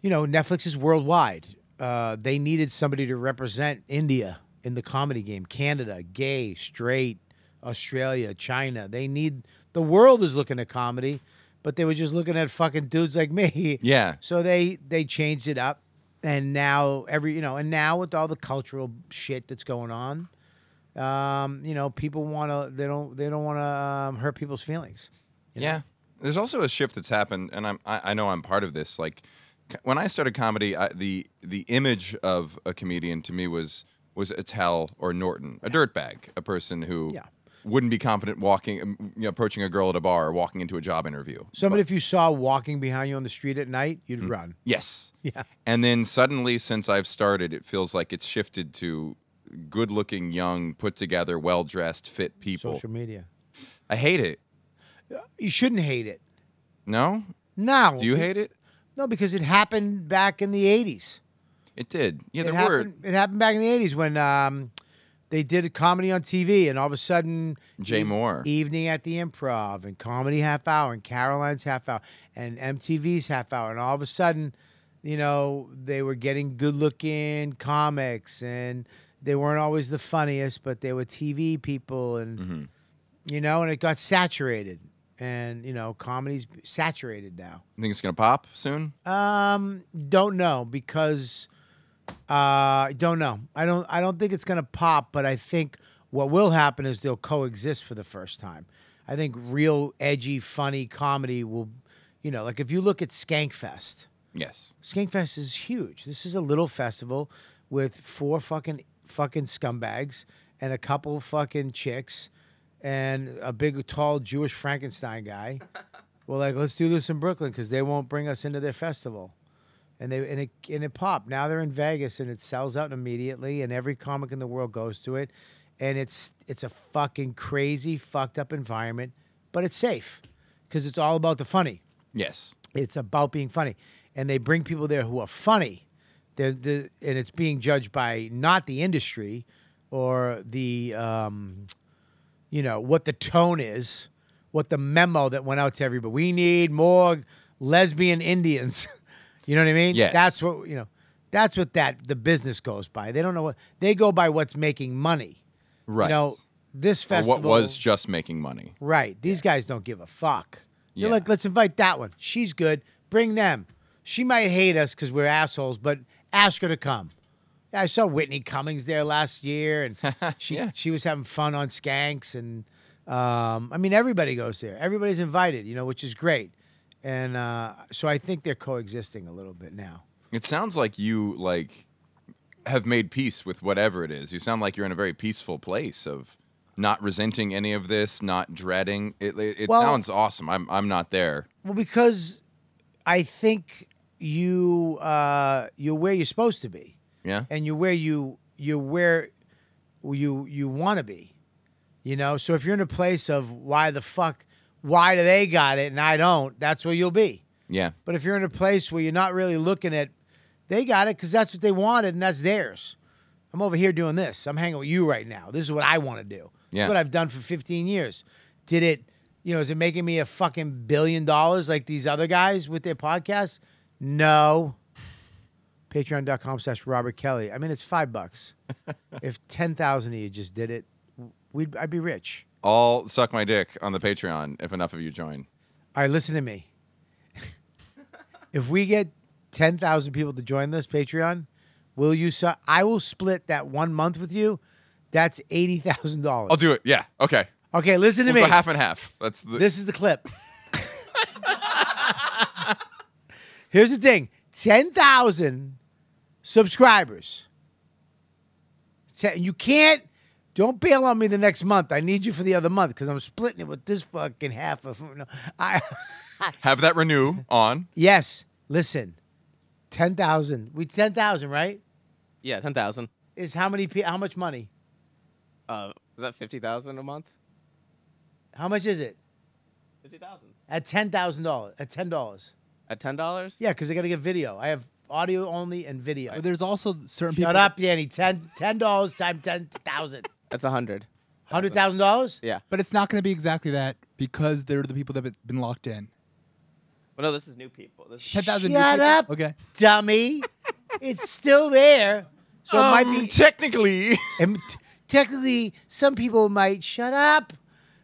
you know Netflix is worldwide. Uh, they needed somebody to represent India in the comedy game, Canada, gay, straight, Australia, China. They need the world is looking at comedy, but they were just looking at fucking dudes like me.
Yeah.
So they they changed it up, and now every you know, and now with all the cultural shit that's going on, um, you know, people want to they don't they don't want to um, hurt people's feelings.
Yeah. There's also a shift that's happened, and I'm, I, I know I'm part of this. Like c- when I started comedy, I, the the image of a comedian to me was was Attell or Norton, a dirtbag, a person who
Yeah.
wouldn't be confident walking, um, you know, approaching a girl at a bar or walking into a job interview.
Somebody, if you saw walking behind you on the street at night, you'd
Mm,
run.
Yes. Yeah. And then suddenly, since I've started, it feels like it's shifted to good-looking, young, put-together, well-dressed, fit people.
Social media.
I hate it.
You shouldn't hate it.
No.
No.
Do you hate it?
No, because it happened back in the 80s.
It did. Yeah,
it
there
happened, it happened back in the 80s when um, they did a comedy on TV, and all of a sudden,
were Jay Moore.
Evening at the Improv, and Comedy Half Hour, and Caroline's Half Hour, and MTV's Half Hour, and all of a sudden, you know, they were getting good looking comics, and they weren't always the funniest, but they were TV people, and, you know, and it got saturated. And, you know, comedy's saturated now.
You think it's gonna pop soon?
Um, don't know because uh, don't know. I don't. I don't think it's gonna pop. But I think what will happen is they'll coexist for the first time. I think real edgy, funny comedy will, you know, like if you look at Skankfest.
yes.
Skankfest is huge. This is a little festival with four fucking fucking scumbags and a couple fucking chicks and a big tall Jewish Frankenstein guy. We're like, let's do this in Brooklyn because they won't bring us into their festival. And they and it and it popped. Now they're in Vegas and it sells out immediately and every comic in the world goes to it. And it's it's a fucking crazy, fucked up environment, but it's safe. Because it's all about the funny
Yes.
it's about being funny and they bring people there who are funny they're, they and it's being judged by not the industry or the um, you know what the tone is what the memo that went out to everybody we need more lesbian indians you know what i mean
Yes.
that's what you know that's what that the business goes by they don't know what they go by what's making money
Right.
you know this
Or
festival
what was just making money?
Right. These guys don't give a fuck. You're
Yeah.
like, let's invite that one. She's good. Bring them. She might hate us because we're assholes, but ask her to come. Yeah, I saw Whitney Cummings there last year, and she she was having fun on Skanks, and um, I mean everybody goes there. Everybody's invited, you know, which is great. And uh, so I think they're coexisting a little bit now.
It sounds like you like have made peace with whatever it is. You sound like you're in a very peaceful place of not resenting any of this, not dreading. It it, it
Well-
sounds awesome. I'm I'm not there.
Well, because I think you uh, you're where you're supposed to be.
Yeah.
and you're where you you're where you you want to be you know so if you're in a place of why the fuck why do they got it and i don't that's where you'll be
yeah.
but if you're in a place where you're not really looking at they got it because that's what they wanted and that's theirs i'm over here doing this i'm hanging with you right now this is what i want to do This
Yeah.
is what i've done for 15 years did it you know is it making me a fucking billion dollars like these other guys with their podcasts no patreon.com slash robert kelly i mean it's five bucks if 10000 of you just did it we'd, i'd be rich
I'll suck my dick on the Patreon if enough of you join.
all right listen to me if we get 10,000 people to join this patreon will you su- i will split that one month with you that's $80000
I'll do it. Yeah. Okay.
okay listen to
We'll go
me
half and half. That's the
This is the clip. Here's the thing 10,000 subscribers. Te- You can't, don't bail on me the next month. I need you for the other month because I'm splitting it with this fucking half of. No, I,
have that renew on.
yes, listen, 10,000. We 10,000, right?
Yeah, ten thousand.
Is how many, pe- how much money?
Uh, is that fifty thousand a month?
How much is it?
Fifty thousand
At $10,000, at $10.
at ten dollars?
Yeah, because I got to get video. I have audio only and video.
But there's also certain people.
Shut up, Yanny. Ten ten dollars times ten thousand.
that's a hundred.
Hundred thousand dollars?
Yeah,
But it's not going to be exactly that because they're the people that have been locked in.
well, no, this is new people. This is,
10,000 new
Shut
people-
up.
Okay.
Dummy. it's still there. So it might
Um,
be
technically.
and t- technically some people might shut up.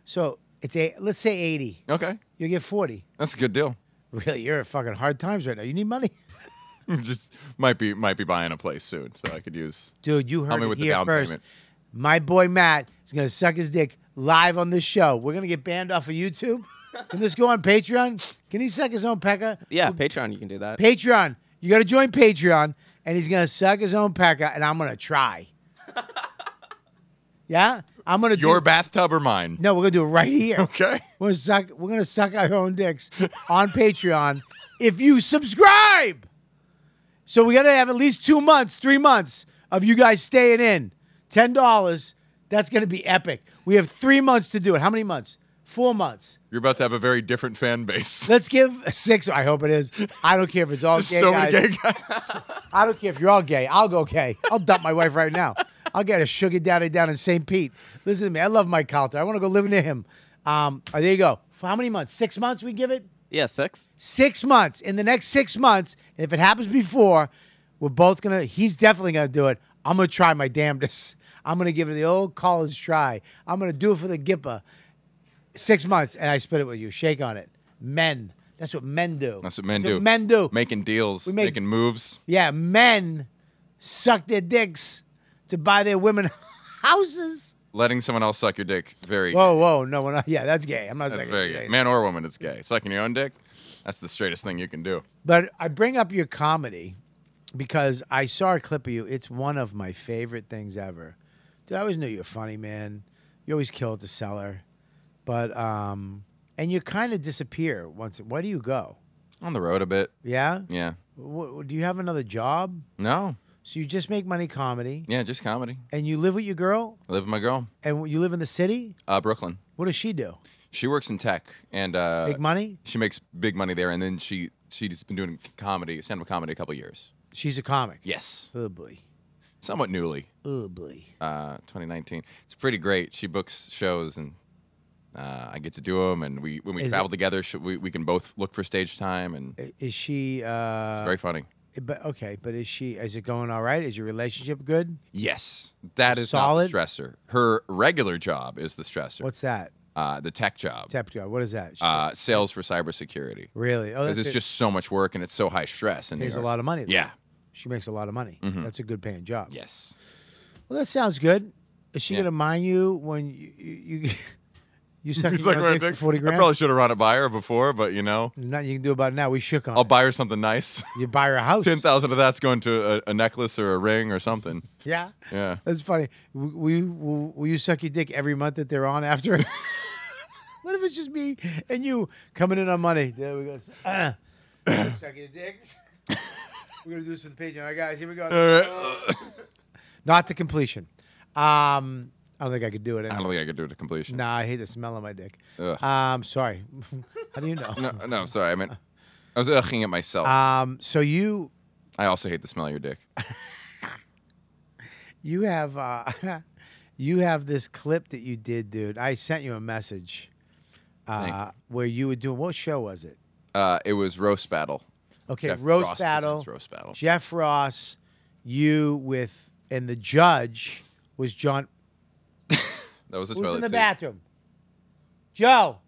So it's a let's say eighty.
Okay.
You get forty.
That's a good deal.
Really, you're in fucking hard times right now. You need money.
Just might be might be buying a place soon, so I could use.
Dude, you heard
me
it
with the
here
down
first.
payment.
My boy Matt is gonna suck his dick live on this show. We're gonna get banned off of YouTube. Can this go on Patreon? Can he suck his own pecker?
yeah, Patreon, you can do that.
Patreon. You got to join Patreon, and he's gonna suck his own pecker, and I'm gonna try. Yeah, I'm gonna
Your
do,
bathtub or mine?
No, we're gonna do it right here.
Okay.
We're gonna suck. We're gonna suck our own dicks on Patreon if you subscribe. So we gotta have at least two months, three months of you guys staying in. Ten dollars. That's gonna be epic. We have three months to do it. How many months? Four months.
You're about to have a very different fan base.
Let's give six. I hope it is. I don't care if it's all gay
so
guys.
many gay guys.
I don't care if you're all gay. I'll go gay. I'll dump my wife right now. I'll get a sugar daddy down in St. Pete. Listen to me. I love Mike Calter. I want to go live near him. Um, oh, there you go. For how many months? Six months we give it?
Yeah, six.
Six months. In the next six months, and if it happens before, we're both going to, he's definitely going to do it. I'm going to try my damnedest. I'm going to give it the old college try. I'm going to do it for the Gipper. Six months, and I split it with you. Shake on it. Men. That's what men do.
That's what men
That's
do.
men do.
Making deals,
make-
making moves.
Yeah, men suck their dicks to buy their women houses.
Letting someone else suck your dick. Very
Whoa, whoa, no, we're not. Yeah, that's gay. I'm not
That's
saying
very gay. Man or woman, it's gay. Sucking your own dick, that's the straightest thing you can do.
But I bring up your comedy because I saw a clip of you. It's one of my favorite things ever. Dude, I always knew you were funny, man. You always kill at the cellar. But um and you kind of disappear once. Where do you go?
On the road a bit.
Yeah?
Yeah.
Wh- do you have another job?
No.
So you just make money comedy
Yeah, just comedy.
and you live with your girl
I live with my girl,
and you live in the city?
uh, Brooklyn.
What does she do?
She works in tech and uh,
Make money?
She makes big money there, and then she she's been doing comedy, stand up comedy, a couple years.
She's a comic.
Yes,
Oh boy.
somewhat newly,
Oh boy.
uh, 2019. It's pretty great. She books shows, and uh, I get to do them. And we when we
Is
travel
it-
together, sh we we can both look for stage time, and it's
Is she? Uh,
very funny.
but okay. But is she? Is it going all right? Is your relationship good?
Yes, that is
Solid?
not the stressor. Her regular job is the stressor.
What's that?
uh, the tech job?
Tap job. What is that? She-
Uh, sales for cybersecurity.
really? Oh,
Because
that's
it's
it.
just so much work and it's so high stress. And
pays a lot of money. though.
Yeah. Mm-hmm.
She makes a lot of money. That's a good paying job.
Yes.
Well, that sounds good. Is she
Yeah.
gonna mind you when you you you, you suck
He's
your
like,
own
"Well,
dick for
Dick,
forty
I
grand?
probably should have run it by her before, but you know,
Nothing you can do about it now. We shook on it.
I'll buy her something nice.
You buy her a house.
Ten thousand of that's going to a, a necklace or a ring or something.
Yeah.
Yeah.
That's funny. W- Will you, will, will you suck your dick every month that they're on after? what if it's just me and you coming in on money? There we go. Uh, suck your dicks. We're going to do this for the Patreon. All right, guys, here we go. Not to completion. Um, I don't think I could do it.
I
Anyway.
don't think I could do it to completion.
Nah, I hate the smell of my dick.
Ugh.
Um, sorry. How do you know?
No, Uh, no, sorry. I meant I was ughing at myself.
Um, so you
I also hate the smell of your dick.
You have uh, you have this clip that you did, dude. I sent you a message uh,
Thank
where you were doing what show was it?
Uh, it was roast battle.
Okay,
Jeff
roast
Ross
battle.
presents Roast battle.
Jeff Ross, you with and the judge was John.
That was a
Who's
toilet
in the
seat.
bathroom? Joe.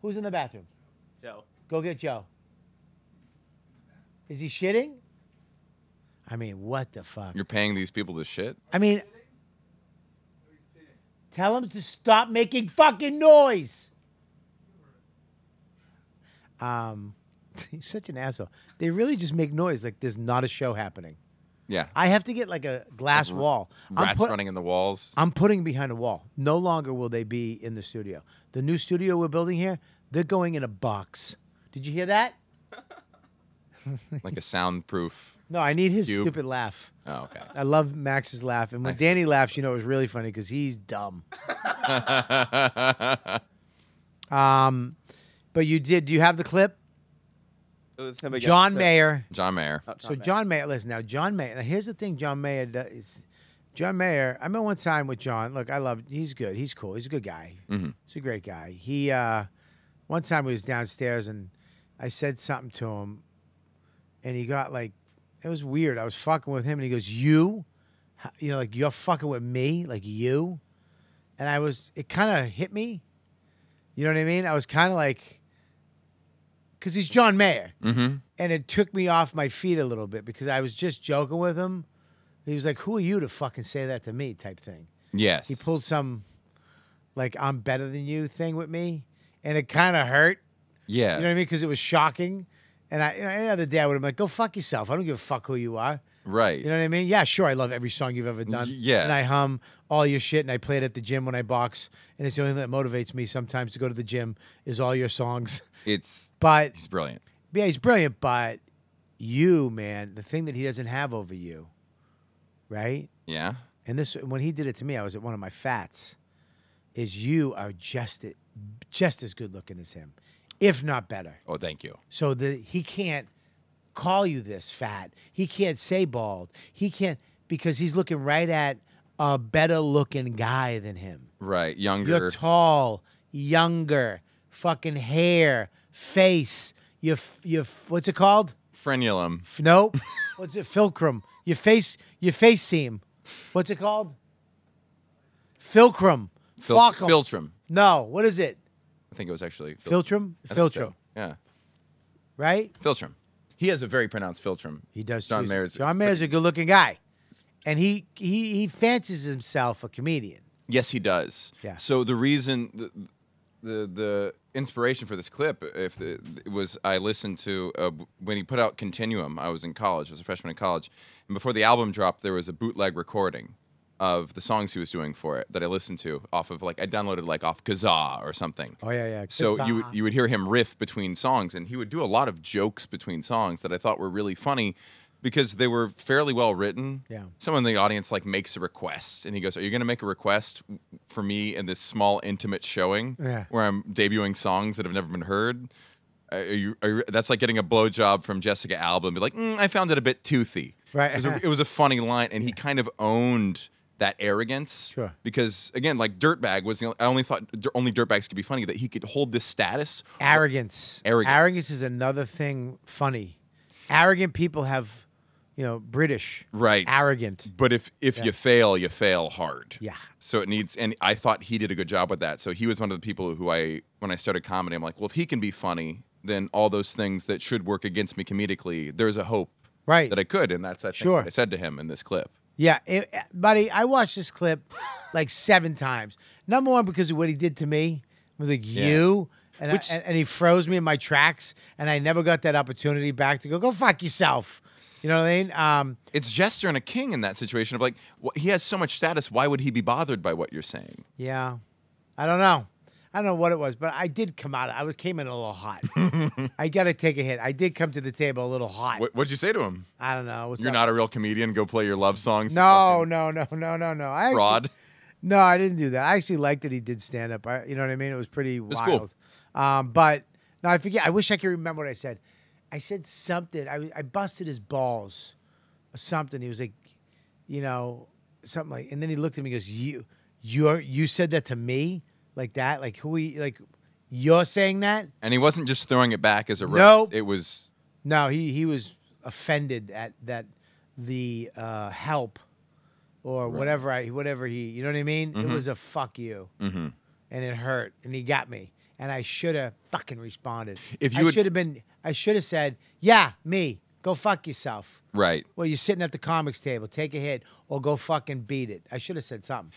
Who's in the bathroom?
Joe.
Go get Joe. Is he shitting? I mean, what the fuck?
You're paying these people to shit.
I mean, tell him to stop making fucking noise. Um, he's such an asshole. They really just make noise like there's not a show happening.
Yeah.
I have to get like a glass wall. I'm,
Rats
put-
running in the walls.
I'm putting behind a wall. No longer will they be in the studio. The new studio we're building here, they're going in a box. Did you hear that?
like a soundproof.
No, I need his
Cube.
stupid laugh.
Oh, okay.
I love Max's laugh. And when Danny laughs, you know it was really funny because he's dumb. um, but you did. Do you have the clip?
It was him again.
John
So-
Mayer.
John Mayer.
so John Mayer, listen now, John Mayer. Now here's the thing, John Mayer does. Is, John Mayer. I remember one time with John. Look, I love. He's good. He's cool. He's a good guy. He's a great guy. He. uh One time we was downstairs and I said something to him, and he got like, it was weird. I was fucking with him, and he goes, "You, How- you know, like you're fucking with me, like you," and I was. It kind of hit me. You know what I mean? I was kind of like, because he's John Mayer and it took me off my feet a little bit because I was just joking with him. He was like, "Who are you to fucking say that to me?" type thing.
Yes.
He pulled some like "I'm better than you" thing with me, and it kind of hurt.
Yeah.
You know what I mean? Because it was shocking. And I, you know, any other day, I would have been like, "Go fuck yourself. I don't give a fuck who you are."
Right.
You know what I mean? Yeah, sure. I love every song you've ever done.
yeah.
And I hum all your shit, and I play it at the gym when I box, and it's the only thing that motivates me sometimes to go to the gym is all your songs.
It's
But
he's brilliant.
yeah, he's brilliant. But you, man, the thing that he doesn't have over you, right?
Yeah.
And this, when he did it to me, I was at one of my fats. Is you are just it, just as good looking as him, if not better.
Oh, thank you.
So the he can't call you this fat. He can't say bald. He can't because he's looking right at a better looking guy than him.
Right. Younger.
You're tall, younger, fucking hair, face. Your f- your f- what's it called?
frenulum.
F- Nope. what's it? Filcrum. Your face. Your face seam. What's it called? Filcrum.
Fil-
Falcum.
filtrum.
No. What is it?
I think it was actually fil-
Filtrum.
I think so.
Filtrum.
Yeah.
Right.
Filtrum. He has a very pronounced filtrum.
He does.
John
too.
Mayer's.
John Mayer's a good-looking guy, and he he he fancies himself a comedian.
Yes, he does.
Yeah.
So the reason the the, the inspiration for this clip, if the, it was I listened to uh, when he put out Continuum. I was in college. I was a freshman in college, and before the album dropped, there was a bootleg recording of the songs he was doing for it that I listened to off of like I downloaded like off Kazaa or something.
Oh, yeah, yeah,
So you would
Kazaa.
you would hear him riff between songs, and he would do a lot of jokes between songs that I thought were really funny because they were fairly well written.
Yeah.
Someone in the audience like makes a request, and he goes, "Are you going to make a request for me in this small intimate showing
Yeah.
where I'm debuting songs that have never been heard?" Are you, are you, that's like getting a blowjob from Jessica Alba and be like, mm, I found it a bit toothy.
Right.
It was a, it was a funny line, and he kind of owned that arrogance.
Sure.
Because again, like Dirtbag was the only, I only thought dir- only Dirtbags could be funny that he could hold this status.
Arrogance.
Arrogance.
Arrogance is another thing funny. Arrogant people have, you know, British.
Right.
Arrogant.
But if if you fail, you fail hard.
Yeah.
So it needs, and I thought he did a good job with that. So he was one of the people who I, when I started comedy, I'm like, well, if he can be funny, then all those things that should work against me comedically, there's a hope.
Right.
That I could, and that's I think
Sure.
what I said to him in this clip.
Yeah, it, buddy, I watched this clip like seven times. Number one because of what he did to me. I was like,
Yeah.
you. And,
Which-
I, and, and he froze me in my tracks, and I never got that opportunity back to go, go fuck yourself. You know what I mean? Um,
It's Jester and a king in that situation of like, wh- he has so much status. Why would he be bothered by what you're saying?
Yeah, I don't know. I don't know what it was, but I did come out. I was- came in a little hot. I got to take a hit. I did come to the table a little hot.
What, what'd you say to him?
I don't know. What's
You're
up?
not a real comedian. Go play your love songs. you
No,
fucking
no, no, no, no, no. I actually-
fraud.
No, I didn't do that. I actually liked that he did stand up. I, you know what I mean? It was pretty
was cool.
wild. Um, but no, I forget. I wish I could remember what I said. I said something. I, I busted his balls or something. He was like, you know, something like, and then he looked at me and goes, you, you're, you said that to me like that? Like who he, like you're saying that?
And he wasn't just throwing it back as a roast.
Nope.
It was
No, he, he was offended at that, the, uh, help or whatever I, whatever he, you know what I mean?
Mm-hmm.
It was a fuck you. and it hurt and he got me and i should have fucking responded
If
i
you had-
should have been i should have said yeah me go fuck yourself
right.
well you're sitting at the comics table take a hit or go fucking beat it i should have said something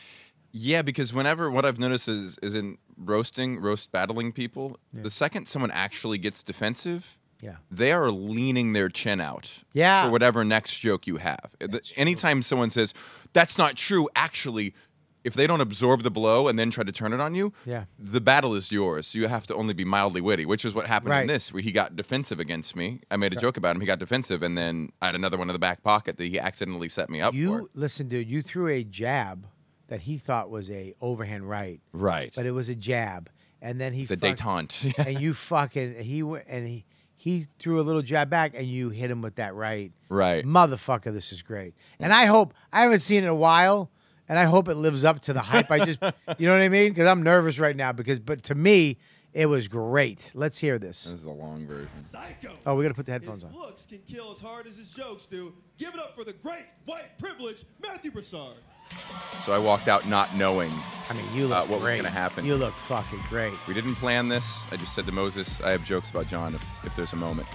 Yeah, because whenever what I've noticed is is in roasting, roast battling people, the second someone actually gets defensive,
Yeah.
they are leaning their chin out.
Yeah.
For whatever next joke you have. The- Anytime someone says, That's not true, actually, if they don't absorb the blow and then try to turn it on you,
Yeah.
the battle is yours. So you have to only be mildly witty, which is what happened
Right.
in this, where he got defensive against me. I made a joke about him, he got defensive, and then I had another one in the back pocket that he accidentally set me up for.
you listen dude you threw a jab that he thought was a overhand right
Right.
but it was a jab and then he
it's a
fuck-
detente.
and you fucking he went and he he threw a little jab back and you hit him with that right.
Right.
Motherfucker, this is great. And I hope I haven't seen it in a while and I hope it lives up to the hype. I just you know what I mean? Cuz I'm nervous right now because but to me it was great. Let's hear this.
This is the long version.
Oh, we got to put the headphones on.
looks can kill as hard as his jokes do. Give it up for the great white privilege, Matthew Broussard.
So I walked out not knowing.
I mean, you look
Uh, what was
great.
gonna happen.
You look fucking great.
We didn't plan this. I just said to Moses, I have jokes about John if, if there's a moment.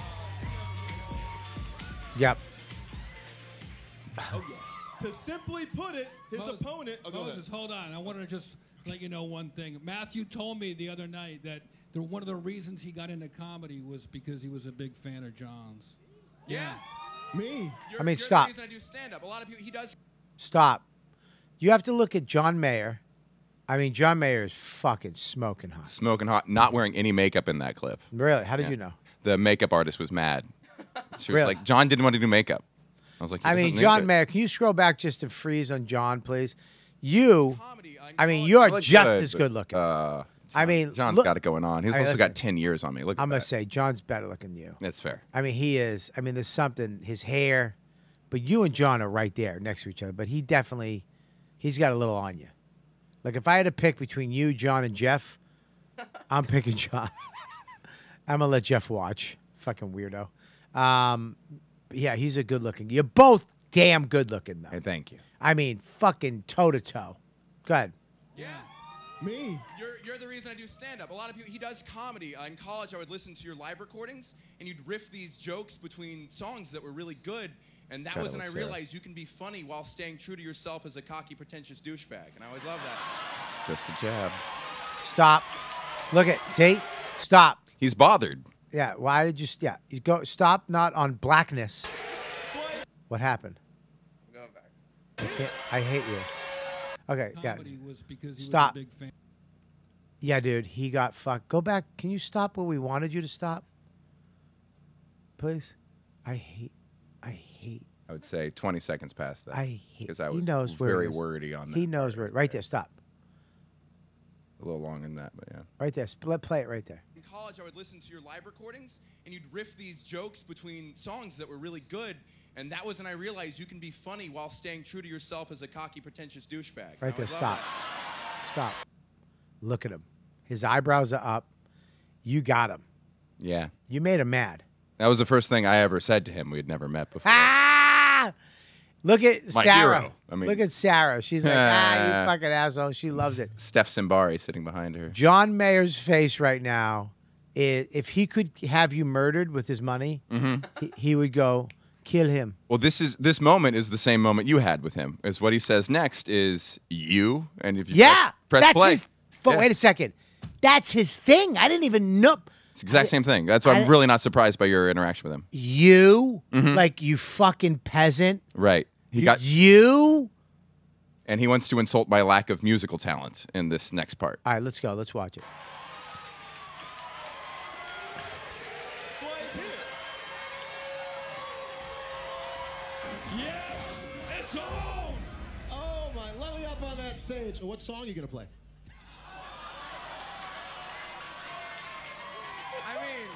Yep.
To simply put it, his opponent. Oh, go ahead.
Hold on. I want to just let you know one thing. Matthew told me the other night that the, one of the reasons he got into comedy was because he was a big fan of John's.
Yeah.
Me. I
You're-
mean,
you're
stop.
The reason I do stand up. A lot of people. He does.
Stop. You have to look at John Mayer. I mean, John Mayer is fucking smoking hot.
Smoking hot, not wearing any makeup in that clip.
Really? How did you know?
The makeup artist was mad. She was
Really?
like, John didn't want to do makeup. I was like, he
I
doesn't
mean,
need
John
it.
Mayer, can you scroll back just to freeze on John, please? You, I mean,
I
you're
look
just
good,
as
but,
good looking.
Uh,
I mean,
John's
look-
got it going on. He's
All right,
also
listen.
got 10 years on me. Look,
I'm gonna say John's better looking than you.
that's fair.
I mean, he is. I mean, there's something. His hair, but you and John are right there next to each other. But he definitely, he's got a little on you. Like if I had to pick between you, John, and Jeff, I'm picking John. I'm gonna let Jeff watch. Fucking weirdo. Um, yeah, he's a good looking. You're both damn good looking though.
thank you.
I mean, fucking toe to toe. Go ahead.
Yeah.
Me.
You're, you're the reason I do stand up. A lot of people, he does comedy. Uh, in college, I would listen to your live recordings, and you'd riff these jokes between songs that were really good. And that
God, I
was when I
love Sarah.
realized you can be funny while staying true to yourself as a cocky, pretentious douchebag. And I always love that.
Just a jab.
Stop. Look at. See. Stop.
He's bothered.
Yeah. Why did you? s- Yeah. You go. Stop. Not on blackness. What happened?
I'm going back.
I, can't, I hate you. Okay. Yeah.
Comedy was because he was a
Stop.
big fan.
Yeah, dude. He got fucked. Go back. Can you stop where we wanted you to stop? Please. I hate. I hate.
I would say 20 seconds past that.
I hate.
Because I
he
was
knows where it
very
is.
wordy on that.
He knows where. Right there. Stop.
A little long in that, but yeah.
Right there. Spl- Play it right there.
In college, I would listen to your live recordings, and you'd riff these jokes between songs that were really good. And that was when I realized you can be funny while staying true to yourself as a cocky, pretentious douchebag. And I
Right there.
always love
Stop.
that.
Stop. Look at him. His eyebrows are up. You got him.
Yeah.
You made him mad.
That was the first thing I ever said to him. We had never met before.
Ah! Look at
My
Sarah.
hero. I mean-
Look at Sarah. She's like, ah, you fucking asshole. She loves it.
Steph Simbari sitting behind her.
John Mayer's face right now, i if he could have you murdered with his money,
Mhm.
he, he would go, kill him.
Well, this is this moment is the same moment you had with him. Is what he says next is you, and if you
yeah.
press, press
that's
play,
his. But
Yeah.
Wait a second. That's his thing. I didn't even know.
it's the exact same thing. That's why
I-
I'm really not surprised by your interaction with him.
You,
Mhm.
like, you fucking peasant.
Right? He got
you,
and he wants to insult my lack of musical talent in this next part.
All right, let's go. Let's watch it.
Yes, it's on. Oh my, lay up on that stage. What song are you gonna play?
I mean,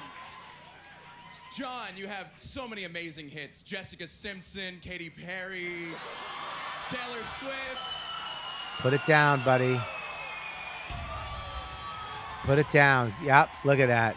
John, you have so many amazing hits: Jessica Simpson, Katy Perry, Taylor Swift.
Put it down, buddy. Put it down. Yep. Look at that.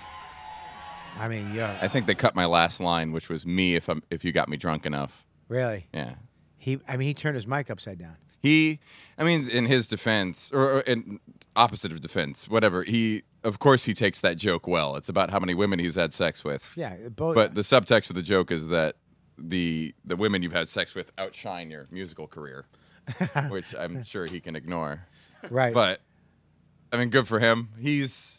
I mean, yo,
I think they cut my last line, which was me if I'm if you got me drunk enough.
really.
Yeah.
He. I mean, he turned his mic upside down.
He, I mean, in his defense, or or in opposite of defense, whatever. He, of course, he takes that joke well. It's about how many women he's had sex with.
Yeah, both-
But the subtext of the joke is that the the women you've had sex with outshine your musical career, which I'm sure he can ignore.
Right.
But I mean, good for him. He's.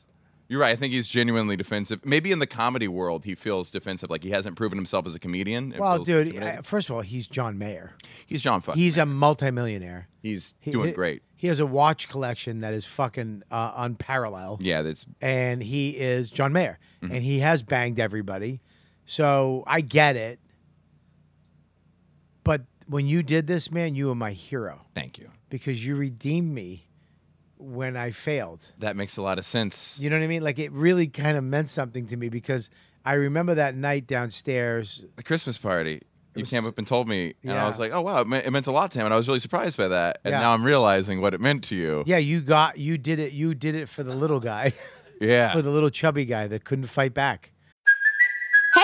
You're right. I think he's genuinely defensive. Maybe in the comedy world, he feels defensive, like he hasn't proven himself as a comedian. It
well,
feels
dude.
intimidating.
uh, First of all, he's John Mayer.
he's John. Fuck.
He's a multimillionaire.
he's
He-
doing
he-
great.
He has a watch collection that is fucking uh, unparalleled.
Yeah, that's
And he is John Mayer, and he has banged everybody. So I get it. But when you did this, man, you were my hero.
Thank you.
Because you redeemed me when I failed.
That makes a lot of sense.
You know what I mean? Like it really kind of meant something to me because I remember that night downstairs.
The Christmas party. You
was-
came up and told me, and
Yeah.
I was like, "Oh wow, it, meant- it meant a lot to him," and I was really surprised by that. And
Yeah.
now I'm realizing what it meant to you.
Yeah, you got you did it. You did it for the little guy.
Yeah.
for the little chubby guy that couldn't fight back.
Hey,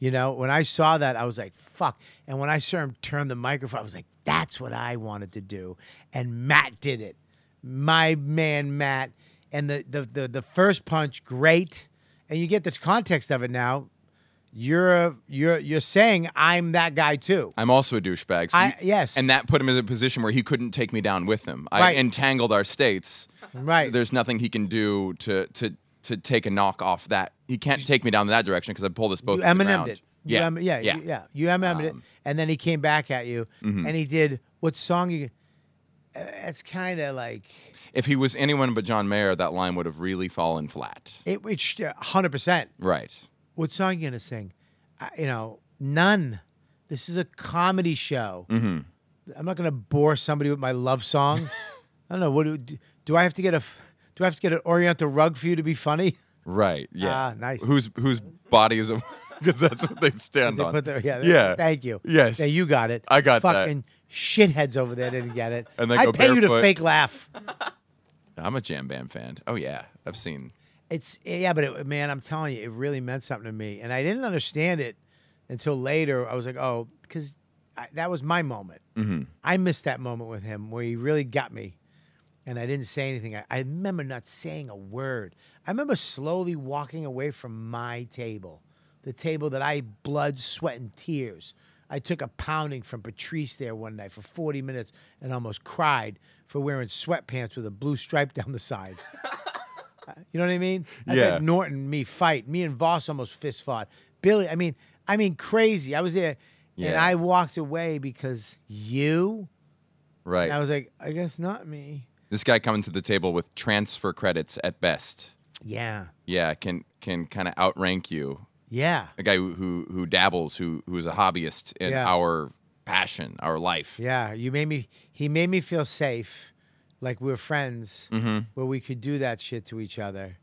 You know, when I saw that, I was like, fuck. And when I saw him turn the microphone, I was like, that's what I wanted to do. And Matt did it. My man, Matt. And the, the, the, the first punch, great. And you get the context of it now. You're you're you're saying I'm that guy too.
I'm also a douchebag.
I-
you-
yes.
And that put him in a position where he couldn't take me down with him. I
Right.
entangled our states.
Right.
There's nothing he can do to to to take a knock off that. He can't take me down that direction because I pulled us both.
You
to the
Eminem'd
ground.
it. You
Yeah. Um,
em- yeah, yeah, yeah. You Eminem'd it, and then he came back at you,
Mhm.
and he did what song? You, uh, it's kind of like
If he was anyone but John Mayer, that line would have really fallen flat.
it reached hundred percent.
Right.
What song you gonna sing? I, you know, none. This is a comedy show.
Mm-hmm.
I'm not gonna bore somebody with my love song. I don't know. What do, do, do I have to get a? f- Do I have to get an Oriental rug for you to be funny?
Right. Yeah.
Ah, nice.
Whose whose body is because that's what they stand
They
on.
put their- yeah, they-
yeah.
Thank you.
Yes.
Yeah, you got it.
I got that.
Fucking shitheads over there didn't get it.
And they
I
go
pay you to
barefoot.
fake laugh.
I'm a jam band fan. Oh yeah, I've seen.
It's yeah, but it, man, I'm telling you, it really meant something to me, and I didn't understand it until later. I was like, oh, because that was my moment.
Mhm.
I missed that moment with him where he really got me, and I didn't say anything. I, I remember not saying a word. I remember slowly walking away from my table, the table that I blood, sweat, and tears. I took a pounding from Patrice there one night for 40 minutes and almost cried for wearing sweatpants with a blue stripe down the side. You know what I mean? I
Yeah.
had Norton, and me fight. Me and Voss almost fist fought. Billy, I mean, I mean, crazy. I was there, and
Yeah.
I walked away because you.
Right.
And I was like, I guess not me.
This guy coming to the table with transfer credits at best.
Yeah.
Yeah, can can kind of outrank you.
Yeah.
A guy who who, who dabbles, who who is a hobbyist in
Yeah.
our passion, our life.
Yeah. You made me. He made me feel safe, like we were friends,
Mhm.
where we could do that shit to each other.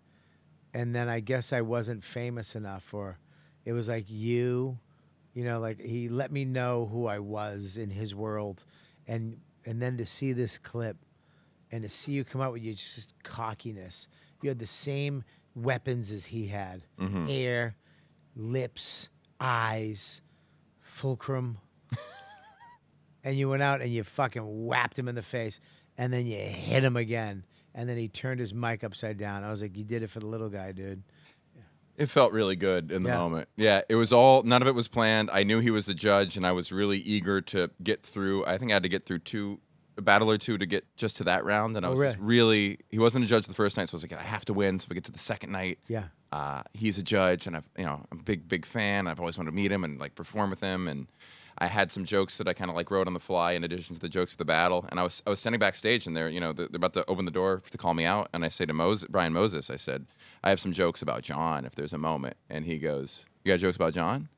And then I guess I wasn't famous enough, or it was like you, you know, like he let me know who I was in his world, and and then to see this clip, and to see you come out with your just cockiness. You had the same weapons as he had:
Mhm.
air, lips, eyes, fulcrum. and you went out and you fucking whapped him in the face, and then you hit him again, and then he turned his mic upside down. I was like, "You did it for the little guy, dude."
It felt really good in the
Yeah.
moment. Yeah, it was all none of it was planned. I knew he was the judge and I was really eager to get through. I think I had to get through two a battle or two to get just to that round and I
Oh,
was just really he wasn't a judge the first night so I was like I have to win so we get to the second night.
Yeah.
Uh, he's a judge and I've, you know, I'm a big big fan. I've always wanted to meet him and like perform with him and I had some jokes that I kind of like wrote on the fly in addition to the jokes of the battle. And I was I was standing backstage and they're you know they're, they're about to open the door to call me out. And I say to Moses, Brian Moses, I said I have some jokes about John if there's a moment. And he goes, You got jokes about John?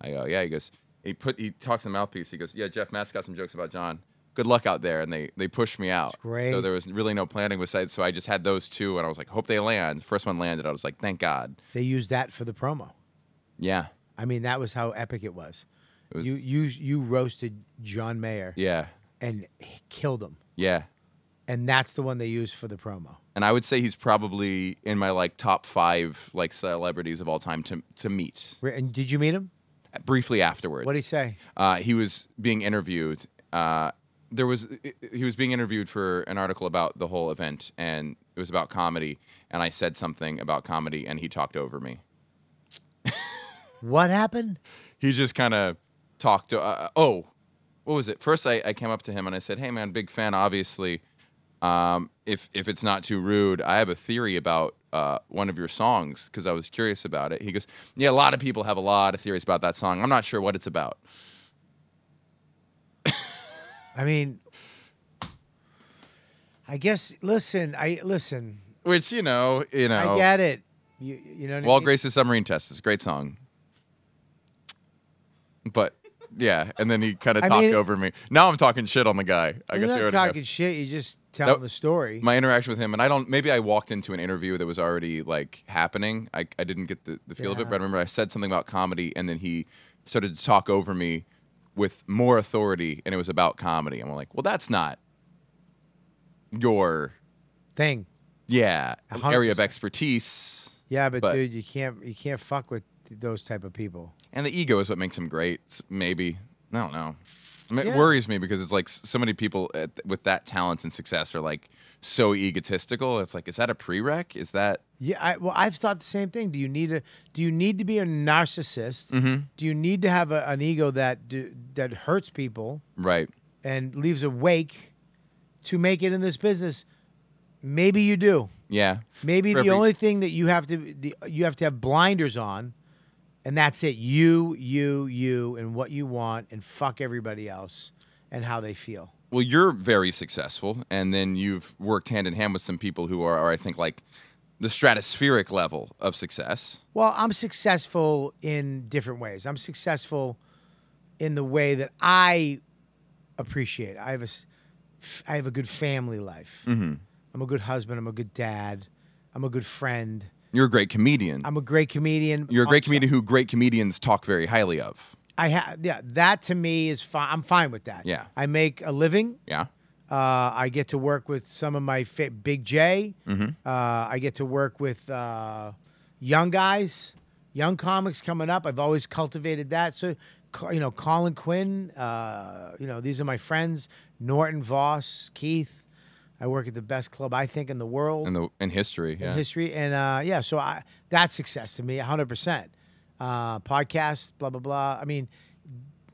I go, Yeah. He goes, He put he talks in the mouthpiece. He goes, Yeah, Jeff Matt's got some jokes about John. Good luck out there. And they they pushed me out.
great.
So there was really no planning besides. So I just had those two and I was like, Hope they land. First one landed. I was like, Thank God.
They used that for the promo.
Yeah.
I mean, that was how epic it was.
It was-
you you you roasted John Mayer
Yeah.
and he killed him,
Yeah.
and that's the one they used for the promo.
and I would say he's probably in my like top five like celebrities of all time to to meet.
Re- And did you meet him?
Briefly afterwards,
What did he say?
uh, he was being interviewed. Uh, there was i- i- he was being interviewed for an article about the whole event, and it was about comedy. And I said something about comedy, and he talked over me.
What happened?
he just kind of talked. Uh, oh, what was it? First, I, I came up to him and I said, "Hey, man, big fan. Obviously, um, if if it's not too rude, I have a theory about uh, one of your songs because I was curious about it." He goes, "Yeah, a lot of people have a lot of theories about that song. I'm not sure what it's about."
I mean, I guess. Listen, I listen.
Which you know, you know,
I get it. You you know. What
Wall
I mean?
Grace's submarine test is a great song, but. Yeah, and then he kind of
I
talked
mean-
over me. Now I'm talking shit on the guy. I
You're
guess I
not
already have-
talking shit. You just telling
That-
the story.
my interaction with him and i don't maybe i walked into an interview that was already like happening i, I didn't get the, the feel of it
Yeah.
but i remember i said something about comedy and then he started to talk over me with more authority and it was about comedy and i'm like well that's not your
Thing.
yeah
A hundred
area of expertise
Yeah, but,
But-
dude, you can't you can't fuck with th- those type of people.
And the ego is what makes him great. s- Maybe I don't know. I mean,
Yeah.
It worries me because it's like s- so many people at, with that talent and success are like so egotistical. It's like, is that a prereq? Is that
Yeah, I, well, I've thought the same thing. Do you need a Do you need to be a narcissist?
Mhm.
Do you need to have a, an ego that do, that hurts people
right?
and leaves a wake to make it in this business? Maybe you do.
Yeah.
Maybe
For
the
every-
only thing that you have to the, you have to have blinders on, and that's it. You, you, you, and what you want, and fuck everybody else and how they feel.
Well, you're very successful, and then you've worked hand in hand with some people who are, are I think, like the stratospheric level of success.
Well, I'm successful in different ways. I'm successful in the way that I appreciate. I have a, s- f- I have a good family life.
Mhm.
I'm a good husband. I'm a good dad. I'm a good friend.
You're a great comedian.
I'm a great comedian.
You're a great
I'm-
comedian who great comedians talk very highly of.
I have yeah. That to me is fine. I'm fine with that.
Yeah.
I make a living.
Yeah.
Uh, I get to work with some of my fa- Big J.
Mhm.
Uh, I get to work with uh, young guys, young comics coming up. I've always cultivated that. So, co- you know, Colin Quinn. Uh, you know, these are my friends: Norton Voss, Keith. I work at the best club I think in the world
In the in history.
in
Yeah.
history. And uh, yeah, so I, that's success to me, 100%. Uh, podcast, blah, blah, blah. I mean,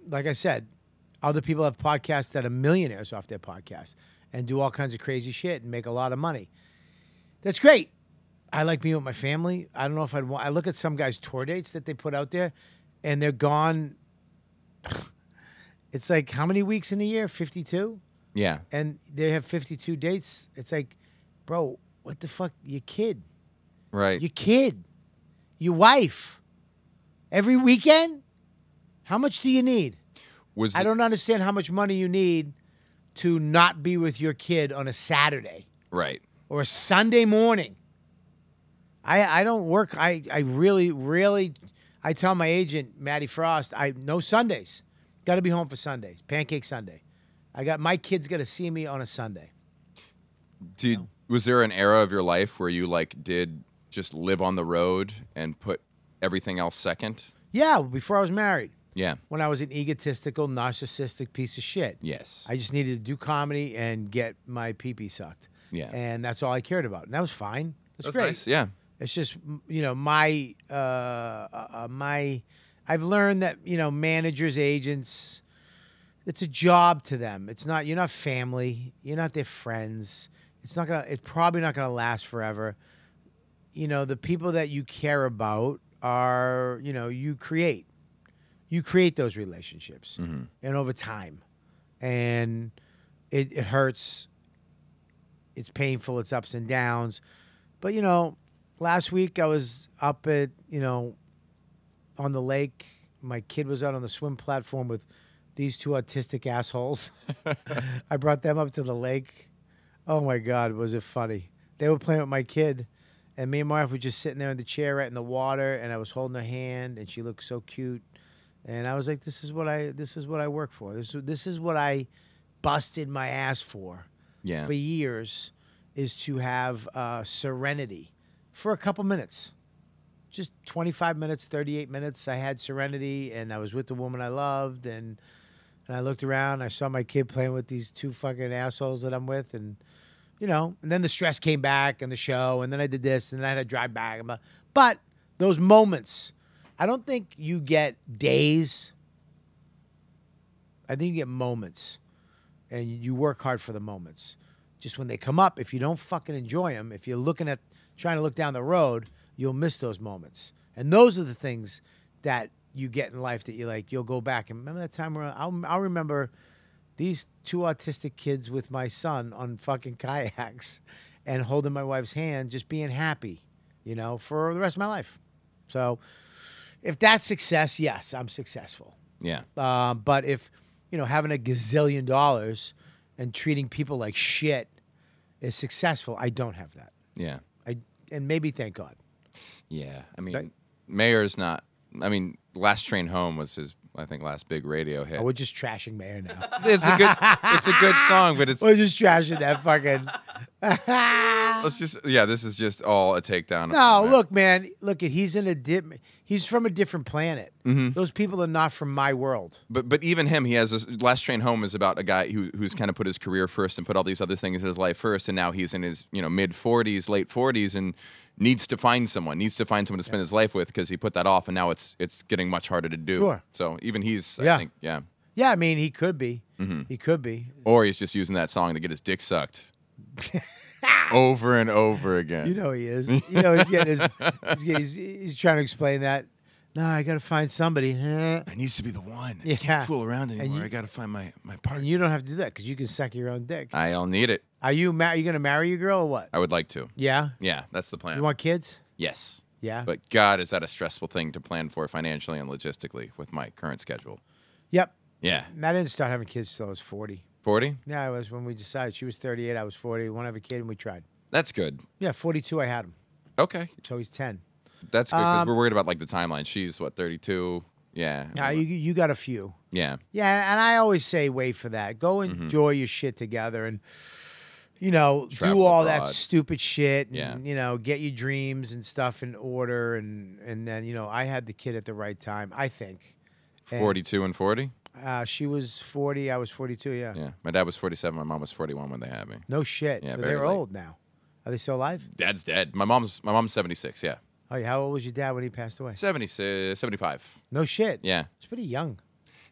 like I said, other people have podcasts that are millionaires off their podcast and do all kinds of crazy shit and make a lot of money. That's great. I like being with my family. I don't know if I'd want, I look at some guys' tour dates that they put out there and they're gone. it's like how many weeks in a year? 52?
yeah.
And they have 52 dates. It's like, bro, what the fuck? Your kid
Right.
your kid, your wife, every weekend? How much do you need?
Was
I
the-
don't understand how much money you need to not be with your kid on a Saturday
Right.
or a Sunday morning. I I don't work. I I really really I tell my agent Maddie Frost I no Sundays. Got to be home for Sundays. Pancake Sunday. I got my kids got to see me on a Sunday.
Did was there an era of your life where you like did just live on the road and put everything else second?
Yeah, before I was married.
Yeah.
when I was an egotistical, narcissistic piece of shit.
Yes.
I just needed to do comedy and get my pee pee sucked.
Yeah.
And that's all I cared about. And that was fine. That's,
That's
great.
nice, yeah.
It's just, m- you know, my, uh, uh, uh, my, I've learned that, you know, managers, agents, it's a job to them. It's not, you're not family. You're not their friends. It's not going to, it's probably not going to last forever. You know, the people that you care about are, you know, you create you create those relationships and over time and it, it hurts it's painful it's ups and downs but you know last week i was up at you know on the lake my kid was out on the swim platform with these two autistic assholes i brought them up to the lake oh my god was it funny they were playing with my kid and me and Marv were just sitting there in the chair right in the water and i was holding her hand and she looked so cute and I was like, "This is what I this is what I work for. This this is what I busted my ass for
Yeah.
for years is to have uh, serenity for a couple minutes, just twenty five minutes, thirty eight minutes. I had serenity, and I was with the woman I loved, and and I looked around, I saw my kid playing with these two fucking assholes that I'm with, and you know, and then the stress came back and the show, and then I did this, and then I had to drive back. and blah- But those moments, I don't think you get days. I think you get moments, and you work hard for the moments. Just when they come up, if you don't fucking enjoy them, if you're looking at trying to look down the road, you'll miss those moments. And those are the things that you get in life that you like. You'll go back and remember that time where I'll, I'll remember these two autistic kids with my son on fucking kayaks and holding my wife's hand, just being happy, you know, for the rest of my life. So if that's success, yes, I'm successful.
Yeah.
Uh, but if, you know, having a gazillion dollars and treating people like shit is successful, I don't have that.
Yeah.
I, and maybe thank God.
Yeah. I mean, Mayor's not. I mean, Last Train Home was his, I think, last big radio hit.
Oh, we're just trashing Mayor now.
It's a good- it's a good song, but it's-
we're just trashing that fucking
Let's just yeah, this is just all a takedown. of
No, look, man. Look, he's in a di- He's from a different planet.
Mhm.
Those people are not from my world.
But but even him, he has this last train home is about a guy who who's kind of put his career first and put all these other things in his life first, and now he's in his you know mid forties, late forties, and needs to find someone, needs to find someone to spend his life with because he put that off, and now it's it's getting much harder to do.
Sure.
So even he's
Yeah.
I think yeah,
Yeah, I mean, he could be.
Mhm.
He could be.
or he's just using that song to get his dick sucked over and over again.
You know he is. You know he's getting his. he's, getting- he's, he's trying to explain that. No, I got to find somebody. I
needs to be the one.
Yeah.
can't fool around
And
anymore.
you-
I got to find my my
And you don't have to do that because you can suck your own dick.
I'll need it.
Are you ma- are you gonna marry your girl or what?
I would like to.
Yeah?
Yeah, that's the plan.
You want kids?
Yes.
Yeah.
But God, is that a stressful thing to plan for financially and logistically with my current schedule?
Yep.
Yeah.
And I didn't start having kids till I was forty.
40?
Yeah, I was when we decided. She was thirty eight. I was forty. Won't have a kid, and we tried.
That's good.
Yeah, forty two. I had him.
Okay.
So he's ten.
That's good because
Um,
we're worried about like the timeline. She's what, 32? Yeah.
Now you you got a few.
Yeah.
Yeah, and I always say wait for that. Go
Mm-hmm.
enjoy your shit together and you know, do
Travel
all that
abroad.
stupid shit and
Yeah.
you know, get your dreams and stuff in order and and then, you know, I had the kid at the right time, I think. And,
42 and 40?
uh, she was 40, I was 42, yeah.
Yeah. My dad was 47. My mom was 41 when they had me.
No shit.
Yeah,
So
very
they're
late.
old now. Are they still alive?
Dad's dead. My mom's my mom's 76. Yeah.
Oh, yeah. How old was your dad when he passed away?
76, 75.
No shit.
Yeah.
It's pretty young.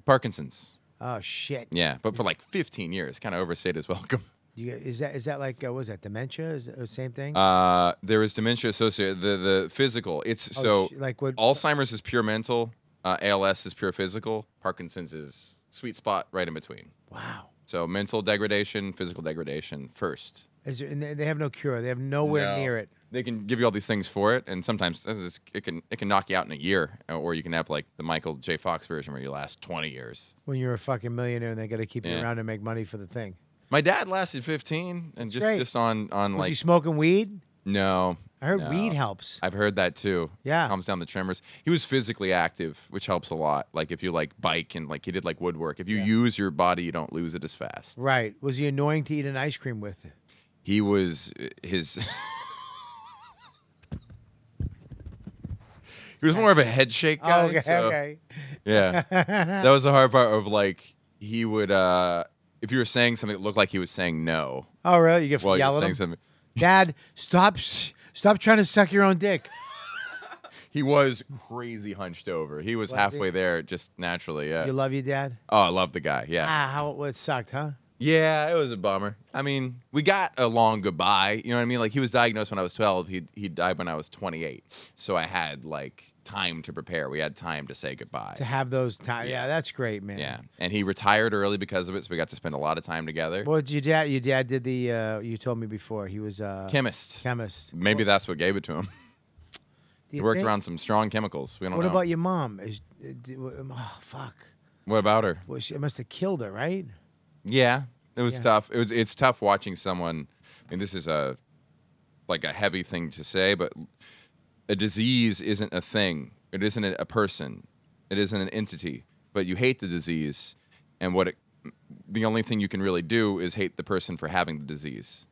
Parkinson's.
Oh shit.
Yeah. But for like 15 years, kind of overstayed his welcome.
You, is that is that like uh, what is that dementia? Is it the same thing?
Uh, there is dementia associated the the physical. It's
Oh,
so
sh- like what-
Alzheimer's is pure mental. Uh, ALS is pure physical. Parkinson's is sweet spot right in between.
Wow.
So mental degradation, physical degradation first.
Is there, and they they have no cure. They have nowhere
No.
near it.
They can give you all these things for it, and sometimes it's- it can it can knock you out in a year, uh, or you can have like the Michael J. Fox version where you last twenty years.
when you're a fucking millionaire and they got to keep you
Yeah.
around to make money for the thing.
My dad lasted fifteen, and just
great.
just on on
Was
like
he smoking weed?
No.
I heard
no.
weed helps.
I've heard that too.
Yeah.
Calms down the tremors. He was physically active, which helps a lot. Like if you like bike and like he did like woodwork. If you use your body, you don't lose it as fast.
Right. Was he annoying to eat an ice cream with?
He was uh, his He was more of a head shake guy.
okay,
so-
okay.
Yeah. that was the hard part of like he would uh if you were saying something it looked like he was saying no.
Oh, really? You get
while you were
yell at
saying
him?
something.
Dad, stop, s- stop trying to suck your own dick.
He was crazy hunched over. He was,
Was he?
halfway there just naturally, yeah.
You love your dad?
Oh, I love the guy. Yeah.
Ah, how it, it sucked, huh?
Yeah, it was a bummer. I mean, we got a long goodbye. You know what I mean? Like he was diagnosed when I was 12. He he died when I was 28. So I had like time to prepare. We had time to say goodbye.
To have those times. Yeah. that's great, man.
yeah. And he retired early because of it, so we got to spend a lot of time together.
Well, your dad, your dad did the. Uh, you told me before he was a
Chemist.
Chemist.
Maybe that's what gave it to him.
Do
He
you
worked
think-
around some strong chemicals. We don't
What
know.
about your mom? Is, uh, d- w- oh fuck!
what about her?
Well, she, it must have killed her, right?
Yeah, it was
Yeah.
tough. It was it's tough watching someone. I mean, this is a like a heavy thing to say, but a disease isn't a thing. It isn't a person. It isn't an entity. But you hate the disease, and what it the only thing you can really do is hate the person for having the disease.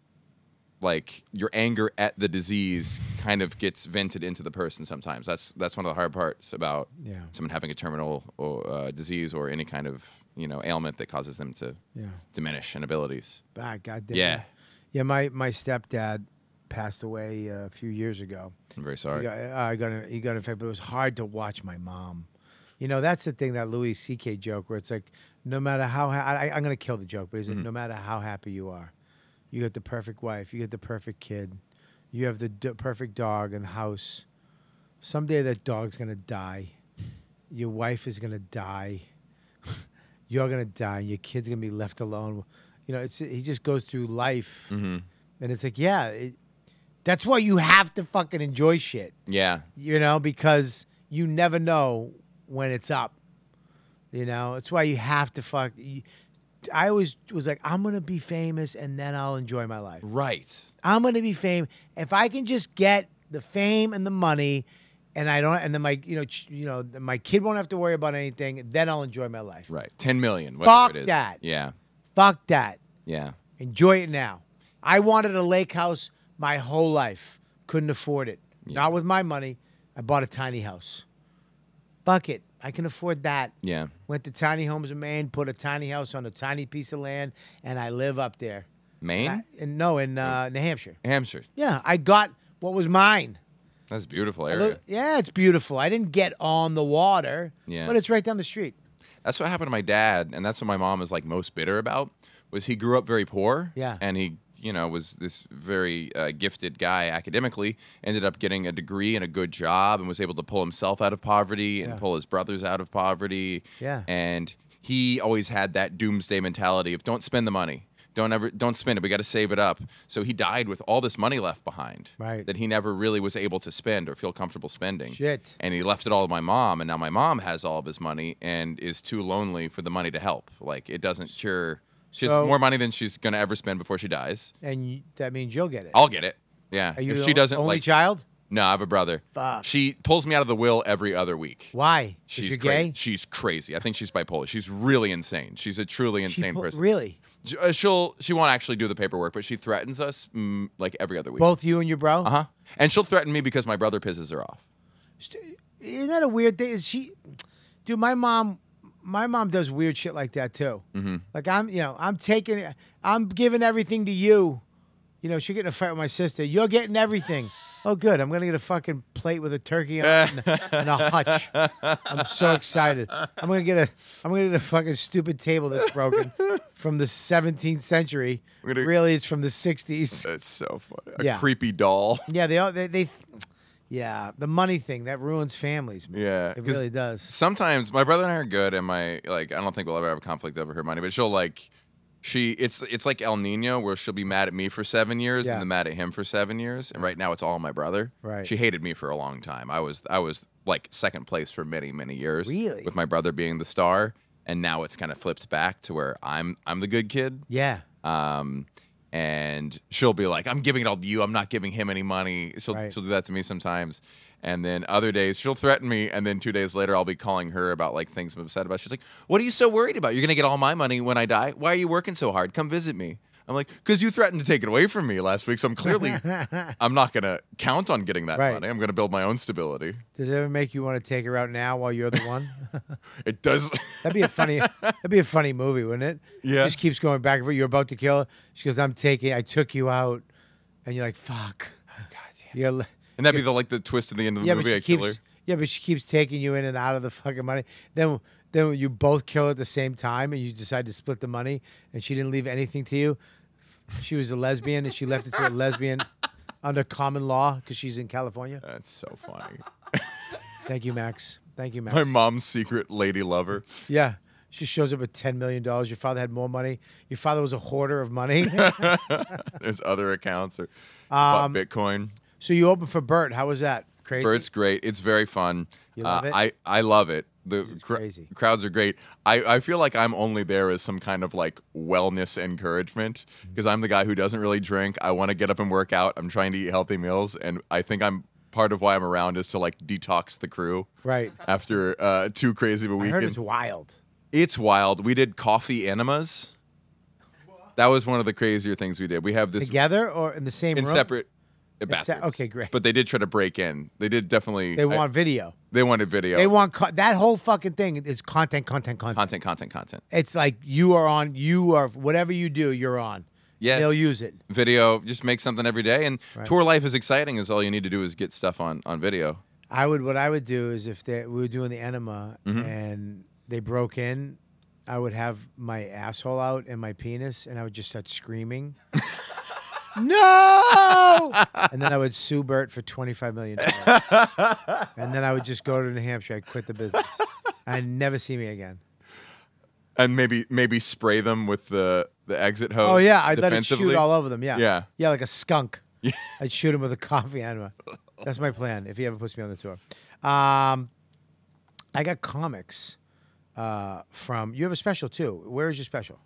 Like your anger at the disease kind of gets vented into the person sometimes. That's that's one of the hard parts about
Yeah.
someone having a terminal or, uh, disease or any kind of you know ailment that causes them to
Yeah.
diminish in abilities.
Ah, goddamn.
Yeah.
Yeah, my, my stepdad passed away uh, a few years ago.
I'm very
He
sorry.
got, uh, got, a- he got infected, but it was hard to watch my mom. You know, that's the thing that Louis C.K. joke where it's like, no matter how, ha- I, I- I'm going to kill the joke, but is it
Mhm.
no matter how happy you are, you got the perfect wife, you got the perfect kid, you have the d- perfect dog in the house. Someday that dog's going to die. Your wife is going to die. You're going to die, and your kid's going to be left alone. You know, it's he just goes through life, and it's like, yeah, it, that's why you have to fucking enjoy shit
Yeah.
you know, because you never know when it's up. You know, it's why you have to fuck. you- I always was like, I'm gonna be famous and then I'll enjoy my life.
Right.
I'm gonna be famous if I can just get the fame and the money, and I don't, and then my, you know, ch- you know, then my kid won't have to worry about anything. Then I'll enjoy my life.
Right. Ten million. Whatever
Fuck
it is.
that.
Yeah.
Fuck that.
Yeah.
Enjoy it now. I wanted a lake house my whole life. Couldn't afford it. Not with my money. I bought a tiny house. Bucket. I can afford that.
Yeah.
Went to tiny homes in Maine, put a tiny house on a tiny piece of land, and I live up there.
Maine?
And, I- and no, in uh, New Hampshire.
Hampshire.
Yeah, I got what was mine.
That's a beautiful
I
area.
look- yeah, it's beautiful. I didn't get on the water,
Yeah.
but it's right down the street.
That's what happened to my dad, and that's what my mom is like most bitter about. Was he grew up very poor?
Yeah.
and he, you know, was this very uh, gifted guy academically. Ended up getting a degree and a good job, and was able to pull himself out of poverty and
Yeah.
pull his brothers out of poverty.
Yeah.
and he always had that doomsday mentality of don't spend the money. Don't ever, don't spend it. We got to save it up. So he died with all this money left behind
Right.
that he never really was able to spend or feel comfortable spending
Shit.
and he left it all to my mom and now my mom has all of his money and is too lonely for the money to help like it doesn't cure she has
So-
more money than she's going to ever spend before she dies
And you, that means you'll get it.
i'll get it yeah
Are you
if
the
she doesn't
only
like
child?
no i have a brother
Fuck.
she pulls me out of the will every other week
Why? 'Cause
she's
you're
cra-
gay?
she's crazy i think she's bipolar she's really insane she's a truly
She
insane
pu-
person
Really?
Sh- uh, she'll she won't actually do the paperwork but she threatens us mm, like every other week
Both you and your bro?
uh-huh and she'll threaten me because my brother pisses her off
Isn't that a weird thing? Is she, dude? My mom, my mom does weird shit like that too.
mm-hmm.
Like I'm, you know, I'm taking, I'm giving everything to you. You know, she'll get in a fight with my sister. You're getting everything. Oh, good. I'm gonna get a fucking plate with a turkey on it and, a- and a hutch. I'm so excited. I'm gonna get a, I'm gonna get a fucking stupid table that's broken from the 17th century. really, it's from the 60s.
That's so funny.
Yeah.
creepy doll
Yeah, they all they, they yeah, the money thing that ruins families. Man.
Yeah,
It
'cause
really does.
Sometimes my brother and I are good, and my like I don't think we'll ever have a conflict over her money, but she'll like she it's it's like El Nino where she'll be mad at me for seven years
Yeah.
and then mad at him for seven years, and right now it's all my brother.
Right.
She hated me for a long time. I was I was like second place for many many years.
Really?
With my brother being the star, and now it's kind of flipped back to where I'm I'm the good kid.
Yeah.
Um. And she'll be like, "I'm giving it all to you. I'm not giving him any money." She'll
Right.
she'll do that to me sometimes. And then other days she'll threaten me, and then two days later I'll be calling her about like things I'm upset about. She's like, "What are you so worried about? You're gonna get all my money when I die. Why are you working so hard? Come visit me." I'm like, "Cause you threatened to take it away from me last week, so I'm clearly I'm not gonna count on getting that
Right.
money. I'm gonna build my own stability."
Does it ever make you want to take her out now while you're the one?
It does.
that'd be a funny that'd be a funny movie, wouldn't it?
Yeah.
Just keeps going back and forth. You're about to kill her. She goes, I'm taking I took you out. And you're like, fuck. You're li-
And that'd be the like the twist at the end of the
yeah, but
movie.
she
I
keeps
kill her.
Yeah, but she keeps taking you in and out of the fucking money. Then then you both kill at the same time and you decide to split the money and she didn't leave anything to you. She was a lesbian and she left it to a lesbian under common law because she's in California.
That's so funny.
Thank you, Max. Thank you, Max.
My mom's secret lady lover.
Yeah. She shows up with ten million dollars. Your father had more money. Your father was a hoarder of money.
There's other accounts or bought
Um,
Bitcoin.
so you open for Bert. How was that? Crazy.
Bird's great. It's very fun.
You love
Uh,
it?
I I love it. The cr- crowds are great. I, I feel like I'm only there as some kind of like wellness encouragement
Mm-hmm.
because I'm the guy who doesn't really drink. I want to get up and work out. I'm trying to eat healthy meals, and I think I'm part of why I'm around is to like detox the crew.
Right.
After uh, too crazy of a
I
weekend.
heard it's wild.
It's wild. We did coffee enemas. That was one of the crazier things we did. We have this
Together or in the same
in
room?
separate
In se-
bathrooms.
okay, great.
But they did try to break in. They did definitely.
They
I-
want video.
They wanted video.
They want co- that whole fucking thing. It's content, content, content.
content, content, content.
It's like you are on. You are whatever you do, you're on.
Yeah.
They'll use it.
Video. Just make something every day. And
Right.
tour life is exciting. Is all you need to do is get stuff on on video.
I would. What I would do is if they, we were doing the enema
Mhm.
and they broke in, I would have my asshole out and my penis, and I would just start screaming. no! and then I would sue Bert for twenty five million dollars, and then I would just go to New Hampshire. I'd quit the business. I'd never see me again.
And maybe maybe spray them with the the exit hose.
Oh yeah, I'd let it shoot
defensively.
all over them. Yeah,
Yeah.
yeah, like a skunk. I'd shoot him with a coffee enema. That's my plan if he ever puts me on the tour. Um, I got comics uh, from. You have a special too. Where is your special?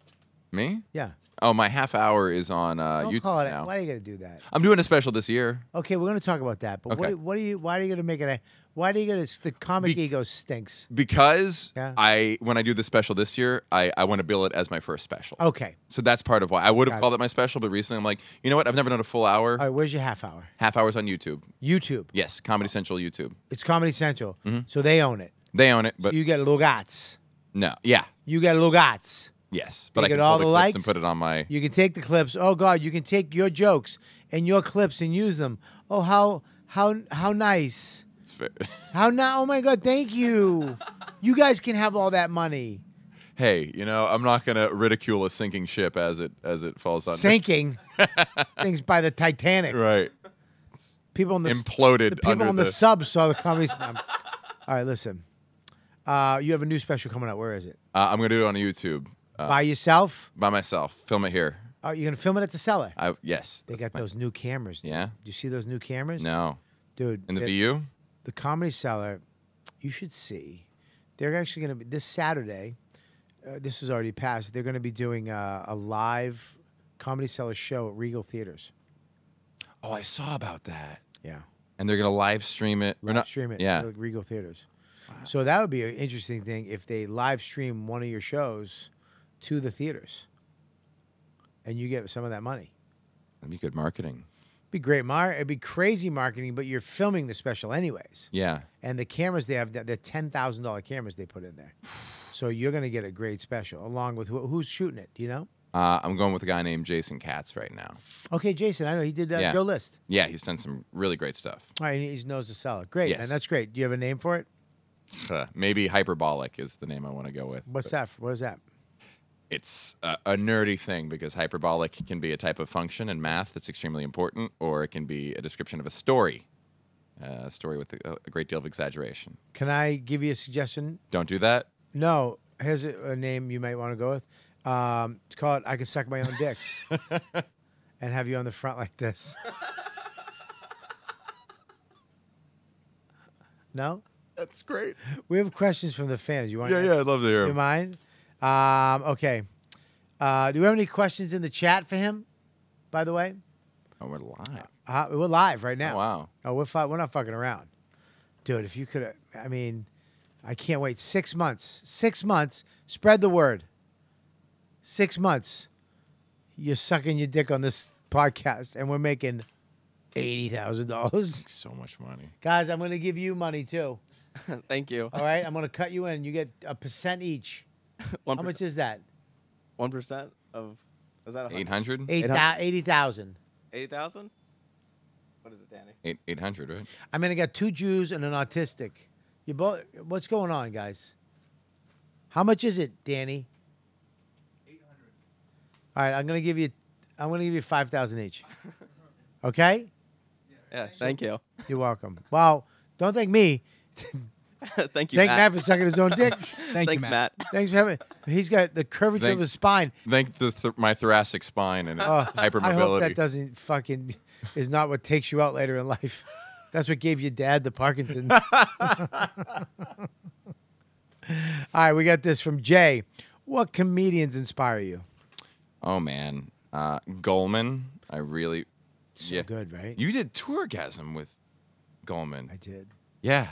Me?
Yeah.
Oh, my half hour is on uh,
Don't
YouTube
call it.
now.
Why do you got to do that?
I'm doing a special this year.
Okay, we're going to talk about that. But
Okay.
what, what are you? Why are you going to make it? A, why do you going to? The comic ego stinks.
because
Yeah.
I when I do the special this year, I, I want to bill it as my first special.
Okay.
So that's part of why I would have
Oh. Got
called it. my special, but recently I'm like, you know what? I've never done a full hour.
All right, where's your half hour?
Half hours on YouTube.
YouTube.
Yes, Comedy Central YouTube.
It's Comedy Central, so they own it.
They own it, Mm-hmm. but
you get Lugats.
no, yeah,
You get Lugats.
yes.
You
But I
get
can
all
pull
the
clips and
likes?
put it on my.
You can take the clips. Oh God, you can take your jokes and your clips and use them. Oh how how how nice.
It's fair.
How now? Oh my God, thank you. You guys can have all that money.
hey, you know, I'm not gonna ridicule a sinking ship as it as it falls on
Sinking things by the Titanic.
Right.
People on the
Imploded
The people
under
on the,
the-
sub saw the comedy. slam. all right, listen. Uh, you have a new special coming out. Where is it?
Uh, I'm gonna do it on YouTube. Uh,
by yourself?
by myself. Film it here.
Are you gonna film it at the cellar?
I yes.
They got those new cameras. dude.
Uh, Yeah?
Do you see those new cameras?
No.
Dude.
In the
that-
VU?
The Comedy Cellar, you should see. They're actually going to be this Saturday. Uh, this is already passed. They're going to be doing uh, a live Comedy Cellar show at Regal Theaters.
Oh, I saw about that.
Yeah.
And they're gonna live stream it. Live
Stream it.
Yeah.
at Regal Theaters. So that would be an interesting thing if they live stream one of your shows to the theaters, and you get some of that money.
That'd be good marketing.
Be great, Mar. It'd be crazy marketing, but you're filming the special anyways.
Yeah.
And the cameras they have, they're ten thousand dollar cameras they put in there. So you're gonna get a great special along with who, who's shooting it. do You know?
Uh, I'm going with a guy named Jason Katz right now.
Okay, Jason, I know he did uh,
yeah.
Joe List.
Yeah, he's done some really great stuff.
All right, he he knows the seller. Great,
Yes.
man, that's great. Do you have a name for it?
Huh, uh, Maybe hyperbolic is the name I want to go with.
What's that? For, what is that?
It's a, a nerdy thing because hyperbolic can be a type of function in math that's extremely important, or it can be a description of a story, uh, a story with a, a great deal of exaggeration.
Can I give you a suggestion?
Don't do that.
No, here's a, a name you might want to go with. Um, call it "I Can Suck My Own Dick," and have you on the front like this. no.
That's great.
We have questions from the fans. You want?
Yeah, yeah, I'd love to hear
You
'em.
mind? Um, okay. Uh, do we have any questions in the chat for him? By the way,
Oh, we're live.
uh, we're live right now.
Oh, wow.
Oh, we're fi- we're not fucking around, dude. If you could, I mean, I can't wait. Six months. Six months. Spread the word. Six months. You're sucking your dick on this podcast, and we're making eighty thousand dollars.
So much money.
Guys, I'm going to give you money too.
Thank you.
All right, I'm going to cut you in. You get a percent each. How much is that?
One percent of is that a hundred?
800?
Eight thou- 80,000.
Eight thousand. What is it, Danny?
Eight, 800, right?
I mean, I got two Jews and an autistic. You both. What's going on, guys? How much is it, Danny? Eight hundred. All right, I'm gonna give you. I'm gonna give you five thousand each. Okay.
Yeah. Thank you.
You're welcome. Well, don't thank me.
thank you.
thank Matt. for sucking his own dick.
Thank you, Thanks, Matt.
Thanks for having. He's got the curvature of
Thank-
his spine.
Thank the th- my thoracic spine and
Oh,
hypermobility.
I hope that doesn't fucking is not what takes you out later in life. That's what gave your dad the Parkinson. All right, we got this from Jay. What comedians inspire you?
Oh man, uh, Goldman. I really so
good, right?
You did tourgasm with Goldman. I
did.
Yeah.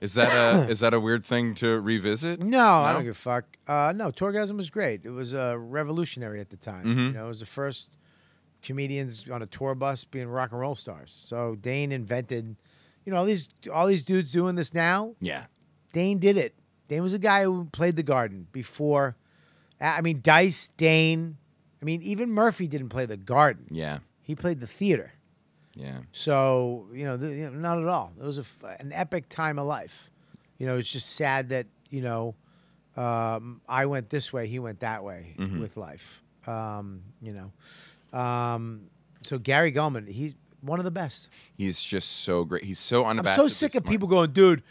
Is that a is that a weird thing to revisit?
No, I don't give a fuck. Uh, no, Torgasm was great. It was uh, revolutionary at the time. You
Mhm.
know, it was the first comedians on a tour bus being rock and roll stars. So Dane invented, you know, all these all these dudes doing this now.
Yeah.
Dane did it. Dane was a guy who played the garden before. I I mean, Dice, Dane. I mean, even Murphy didn't play the garden.
Yeah.
He played the theater.
Yeah.
So you know, th- you know, not at all. It was a f an epic time of life. You know, it's just sad that you know, um, I went this way, he went that way
Mhm.
with life. Um, you know, um, so Gary Goldman, he's one of the best.
He's just so great. He's so
I'm
unabashed.
so sick of people going, dude,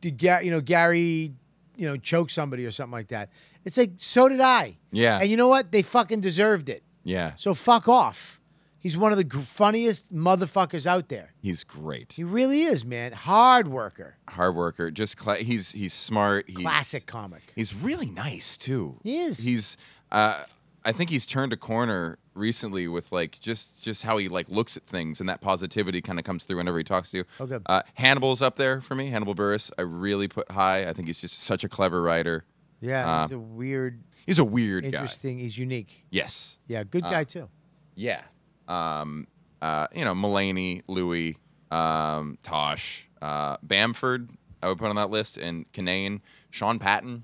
did Ga- you know Gary, you know, choke somebody or something like that. It's like so did I.
Yeah.
And you know what? They fucking deserved it.
yeah.
So fuck off. He's one of the gr- funniest motherfuckers out there.
He's great.
He really is, man. Hard worker.
Hard worker. Just cla he's he's smart. He's,
Classic comic.
He's really nice too.
He is.
He's. Uh, I think he's turned a corner recently with like just just how he like looks at things and that positivity kind of comes through whenever he talks to you.
Oh, good.
Uh, Hannibal's up there for me. Hannibal Burris, I really put high. I think he's just such a clever writer.
Yeah,
Uh,
he's a weird.
he's a weird guy.
interesting. He's unique.
yes.
Yeah, good
Uh,
guy too.
Yeah. Um, uh, you know, Mulaney, Louis, um, Tosh, uh, Bamford, I would put on that list, and Kinane, Sean Patton.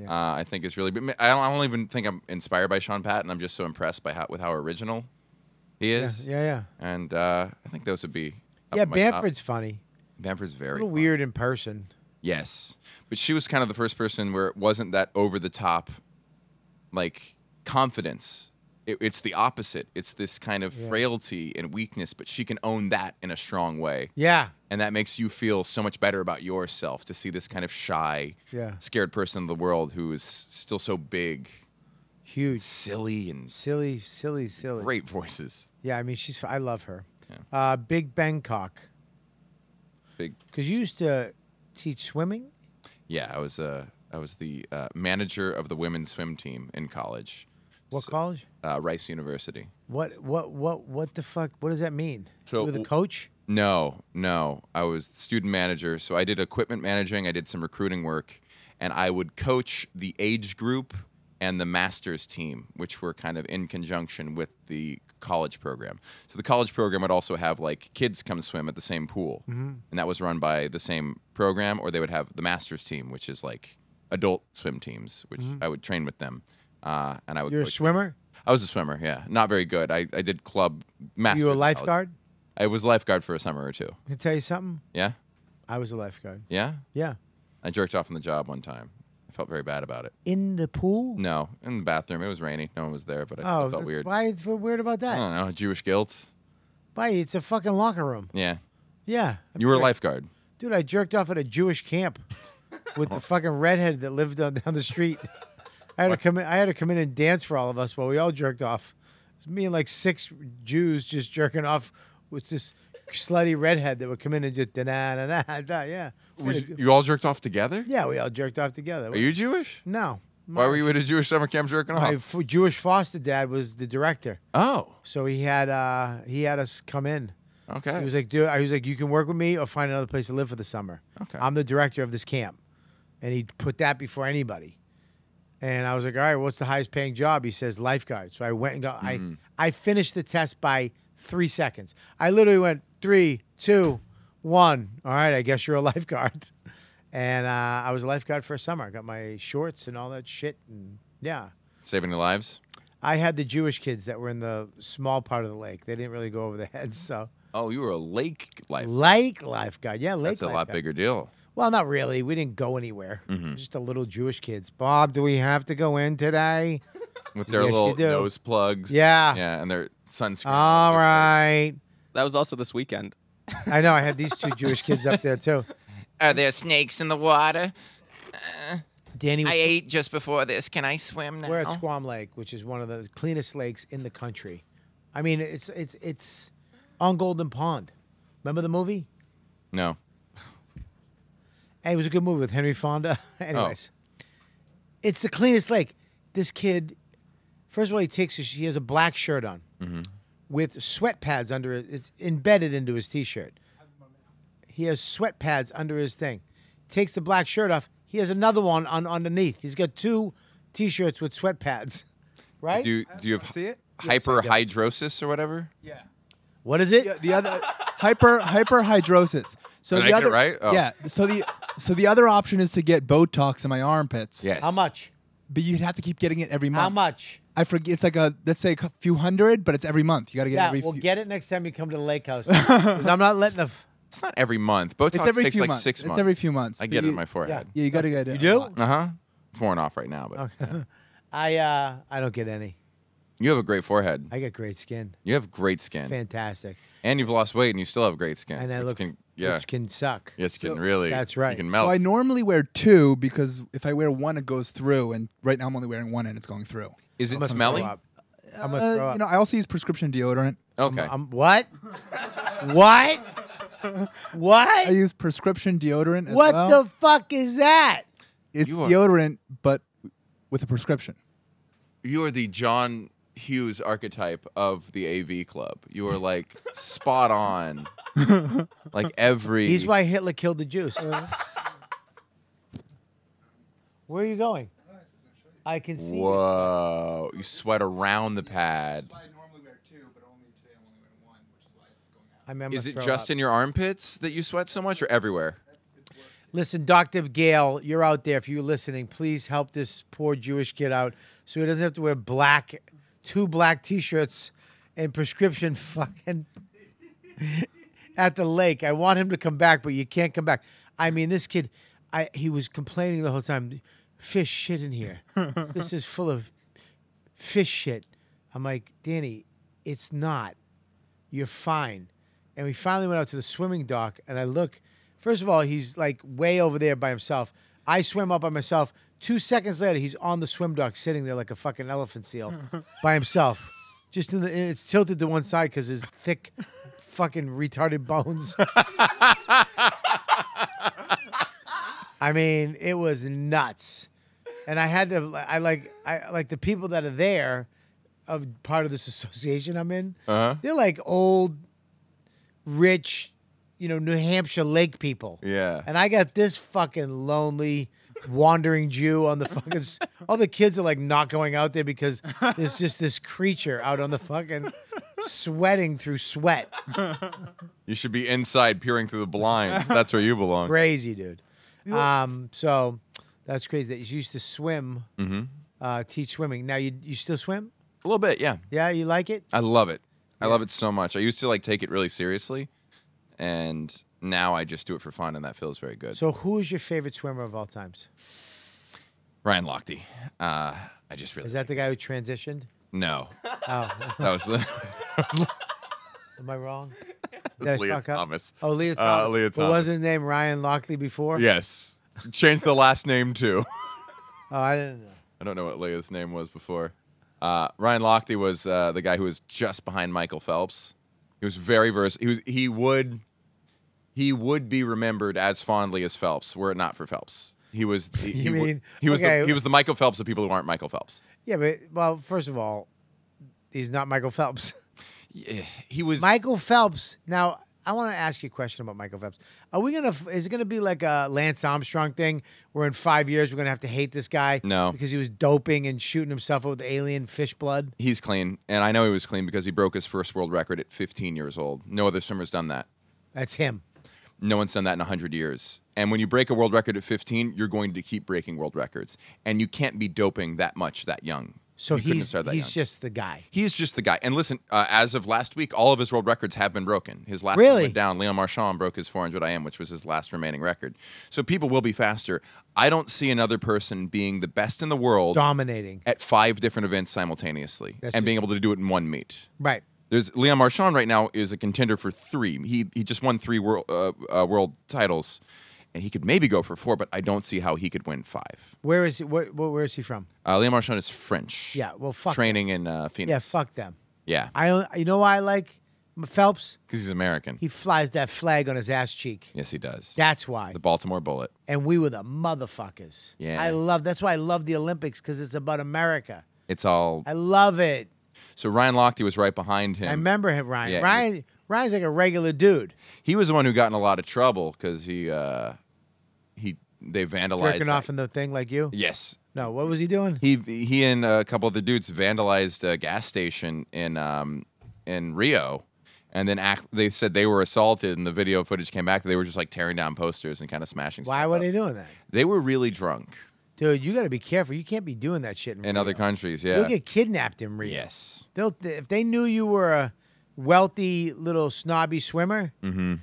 Uh, I think is really. but I don't, I don't even think I'm inspired by Sean Patton. I'm just so impressed by how with how original he is.
yeah, yeah.
And uh, I think those would be. up
yeah,
my top.
Bamford's funny.
Bamford's very
a little weird in person.
Yes. But she was kind of the first person where it wasn't that over the top, like confidence. It, it's the opposite. It's this kind of
Yeah.
frailty and weakness, but she can own that in a strong way.
Yeah.
And that makes you feel so much better about yourself to see this kind of shy,
Yeah.
scared person in the world who is still so big.
Huge.
Silly and
silly, silly, silly.
Great voices.
Yeah, I mean she's. I love her. Uh, Big Bangkok.
Big.
Because you used to teach swimming.
Yeah, I was uh, I was the uh, manager of the women's swim team in college,
What college?
uh, Rice University.
What? What? What? What the fuck? What does that mean?
So
you were the
w-
coach.
No, no. I was the student manager. So I did equipment managing, I did some recruiting work, and I would coach the age group and the master's team, which were kind of in conjunction with the college program. So the college program would also have like kids come swim at the same pool,
Mm-hmm.
Mhm.
and that was run by the same program, or they would have the master's team, which is like adult swim teams, which
Mhm.
I would train with them. Uh, and I would
You're a
coach them.
swimmer.
I was a swimmer, yeah. Not very good. I, I did club
Were
master's.
you a
in college.
lifeguard?
I was lifeguard for a summer or two.
Can I tell you something?
Yeah?
I was a lifeguard.
Yeah?
Yeah.
I jerked off on the job one time. I felt very bad about it.
In the pool.
No, in the bathroom. It was rainy. No one was there, but Mm, I
oh,
still felt weird.
Why? What's weird about
I
that?
don't know. Jewish guilt.
Why? It's a fucking locker room.
Yeah.
Yeah. I'm
You were a
sure.
lifeguard.
Dude, I jerked off at a Jewish camp with the fucking redhead that lived on, down the street. I had to come in, I had to come in and dance for all of us while we all jerked off. It's me and like six Jews just jerking off with this slutty redhead that would come in and just da da da da da. Yeah. We
Would
had a
you,
g-
you all jerked off together?
yeah, we all jerked off together.
Are you Oh. Jewish?
No.
Why were you at a Jewish summer camp jerking
My
off?
f- Jewish foster dad was the director.
Oh.
So he had uh he had us come in.
Okay.
He was like, dude, I was like, you can work with me or find another place to live for the summer.
Okay.
I'm the director of this camp. And he put that before anybody. And I was like, all right, what's the highest paying job? He says lifeguard. So I went and got
Mhm.
I I finished the test by three seconds. I literally went three, two, one. All right, I guess you're a lifeguard. And uh, I was a lifeguard for a summer. I got my shorts and all that shit. And yeah.
Saving your lives?
I had the Jewish kids that were in the small part of the lake. They didn't really go over the heads. So
Oh, you were a lake lifeguard.
lake lifeguard, yeah, lake.
That's a lot
lifeguard.
bigger deal.
Well, not really. We didn't go anywhere.
Mhm.
Just the little Jewish kids. Bob, do we have to go in today?
With their
Yes, you
little
do.
nose plugs.
Yeah.
Yeah, and their sunscreen.
All right.
That was also this weekend.
I know. I had these two Jewish kids up there too.
Are there snakes in the water?
Uh, Danny,
I ate just before this. Can I swim now?
we're at Squam Lake, which is one of the cleanest lakes in the country. I mean, it's it's it's on Golden Pond. Remember the movie?
No.
Hey, it was a good movie with Henry Fonda. Anyways,
Oh.
it's the cleanest lake. This kid, first of all, he takes his, he has a black shirt on
Mm-hmm.
with sweat pads under it. It's embedded into his t-shirt. He has sweat pads under his thing. Takes the black shirt off. He has another one on underneath. He's got two t-shirts with sweat pads. Right?
Do, do you have hyperhidrosis or whatever?
What is it?
the other hyper hyperhidrosis. So
Did I
the
get it
other
right? Oh.
yeah. So the so the other option is to get Botox in my armpits.
Yes.
How much?
But you'd have to keep getting it every month. How
much?
I forget. It's like a let's say a cou- few hundred, but it's every month. You got to get it
Yeah,
every.
we'll
few,
get it next time you come to the lake house. 'Cause I'm not letting the. f-
It's not every month. Botox
it's every
takes
few
like
months.
six months.
It's every few months.
I
but
get it
you-
in my forehead.
Yeah, you got to get it.
You do?
Uh huh. It's worn off right now, but
I uh I don't get any.
you have a great forehead.
I got great skin.
You have great skin,
Fantastic.
and you've lost weight, and you still have great skin.
And I
It's
look-
can, yeah,
which can suck.
Yes, can really.
That's
You
right.
can
So
melt.
I normally wear two because if I wear one, it goes through, and right now I'm only wearing one, and it's going through.
Is
I'm
it
gonna throw
smelly?
up.
Uh,
I'm gonna throw up.
you know, I also use prescription deodorant.
Okay.
I'm, what? what? What?
I use prescription deodorant. As
What
well.
the fuck is that?
It's
You are-
deodorant, but with a prescription.
you are the John Hughes archetype of the AV Club. You are like spot on. like every
He's why Hitler killed the Jews.
Uh-huh.
Where are you going? I can see. you.
Whoa! You sweat around the pad.
I mean, I'm
Is
gonna
it
throw
just
up.
in your armpits that you sweat so much, or everywhere?
Listen, Dr. Gail, you're out there. If you're listening, please help this poor Jewish kid out so he doesn't have to wear black, two black t shirts and prescription fucking at the lake. I want him to come back, but you can't come back. I mean, this kid, I he was complaining the whole time fish shit in here. this is full of fish shit. I'm like, Danny, it's not. You're fine. And we finally went out to the swimming dock, and I look. First of all, he's like way over there by himself. I swim up by myself. Two seconds later, he's on the swim dock, sitting there like a fucking elephant seal, by himself. Just in the, it's tilted to one side because his thick, fucking retarded bones. I mean, it was nuts, and I had to. I like, I like the people that are there, of part of this association I'm in.
Uh-huh.
They're like old, rich, you know, New Hampshire lake people.
Yeah.
And I got this fucking lonely wandering Jew on the fucking. s- all the kids are like not going out there because there's just this creature out on the fucking sweating through sweat.
You should be inside, peering through the blinds. That's where you belong.
Crazy, dude. Um, so that's crazy that you used to swim,
Mhm.
uh, teach swimming. Now you you still swim?
A little bit, yeah.
Yeah, you like it?
I love it. I love it so much. I used to like take it really seriously, and now I just do it for fun, and that feels very good.
So who is your favorite swimmer of all times?
Ryan Lochte, uh, I just really
Is that the guy who transitioned?
no.
Oh,
That was.
Am I wrong? Did I
Leah
fuck up?
Thomas.
Oh, Leah
Uh,
Thomas.
Leah
But wasn't his name Ryan Lockley before?
Yes. Change the last name too.
Oh, I didn't know.
I don't know what Leah's name was before. Uh, Ryan Lochte was uh, the guy who was just behind Michael Phelps. He was very vers. He was he would he would be remembered as fondly as Phelps were it not for Phelps. He was he, he,
You
wa-
mean-
he was
okay.
the, he was the Michael Phelps of people who aren't Michael Phelps.
Yeah, but well, first of all, he's not Michael Phelps.
He was
Michael Phelps. Now, I want to ask you a question about Michael Phelps. Are we gonna? Is it gonna be like a Lance Armstrong thing, where in five years we're gonna have to hate this guy?
No.
because he was doping and shooting himself with alien fish blood.
He's clean, and I know he was clean because he broke his first world record at 15 years old. No other swimmer's done that.
That's him.
No one's done that in 100 years. And when you break a world record at 15, you're going to keep breaking world records. And you can't be doping that much that young.
So
You couldn't
he's
start that
he's
young.
just the guy.
He's just the guy. And listen, uh, as of last week, all of his world records have been broken. His last one
Really?
went down. Leon Marchand broke his 400 IM, which was his last remaining record. So people will be faster. I don't see another person being the best in the world
Dominating.
at five different events simultaneously
That's it.
and being able to do it in one meet.
Right.
There's Leon Marchand right now is a contender for three. He he just won three world uh, uh, world titles, and he could maybe go for four, but I don't see how he could win five.
Where is he? Where, where, where is he from?
Uh, Leon Marchand is French.
Yeah, well, fuck
Training in uh, Phoenix.
Yeah, fuck them.
Yeah,
I you know why I like Phelps?
because he's American.
He flies that flag on his ass cheek.
yes, he does.
That's why.
The Baltimore Bullet.
And we were the motherfuckers.
Yeah.
I love. That's why I love the Olympics because it's about America.
It's all.
I love it.
So Ryan Lochte was right behind him.
I remember him, Ryan.
Yeah, he-
Ryan. Ryan's like a regular dude.
He was the one who got in a lot of trouble because he uh, he they vandalized.
Jerking
that-
off in the thing like you.
Yes.
No, what was he doing?
He he and a couple of the dudes vandalized a gas station in um in Rio, and then act, they said they were assaulted, and the video footage came back. They were just like tearing down posters and kind of smashing.
Why
stuff
were
up.
they doing that,
They were really drunk
dude? You got to be careful. You can't be doing that shit. In,
in other countries. Yeah.
You'll get kidnapped in Rio.
uh, Yes.
They'll if they knew you were a wealthy little snobby swimmer,
Mm-hmm.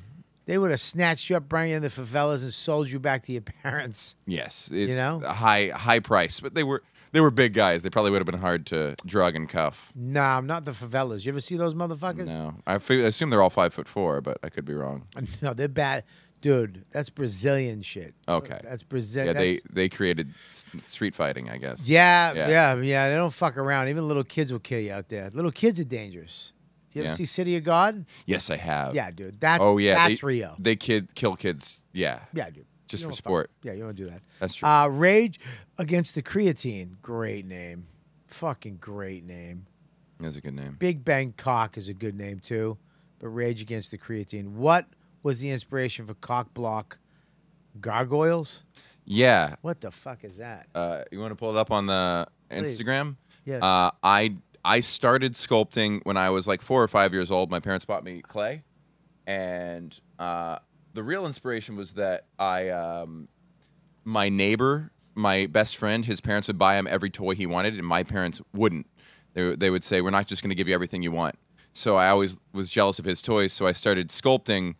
they would have snatched you up, brought you in the favelas, and sold you back to your parents.
Yes. It-
You know?
a high high price, but they were they were big guys. They probably would have been hard to drug and cuff.
Nah, I'm not the favelas. You ever see those motherfuckers?
No, I fe- assume they're all five foot four, but I could be wrong.
No, they're bad, dude. That's Brazilian shit.
Okay.
That's Brazil.
Yeah, they
that's-
they created s- street fighting, I guess.
Yeah, yeah, yeah, They don't fuck around. Even little kids will kill you out there. Little kids are dangerous. You ever
Yeah.
see City of God?
Yes, I have.
Yeah, dude. That's
oh yeah,
that's
they,
Rio.
They kid kill kids. Yeah.
Yeah, dude.
Just
You don't Uh,
for
fuck-
sport.
Yeah, you don't do that.
That's true.
Uh, Rage against the creatine. Great name. Fucking great name.
That's a good name.
Big Bang Cock is a good name too, but Rage Against the Creatine. What was the inspiration for Cock Block Gargoyles?
Yeah.
What the fuck is that?
Uh, you want to pull it up on the
Please.
Instagram?
Yes.
Uh, I I started sculpting when I was like four or five years old. My parents bought me clay, and uh, the real inspiration was that I um, my neighbor, my best friend, his parents would buy him every toy he wanted, and my parents wouldn't. They, they would say, "We're not just going to give you everything you want." So I always was jealous of his toys. So I started sculpting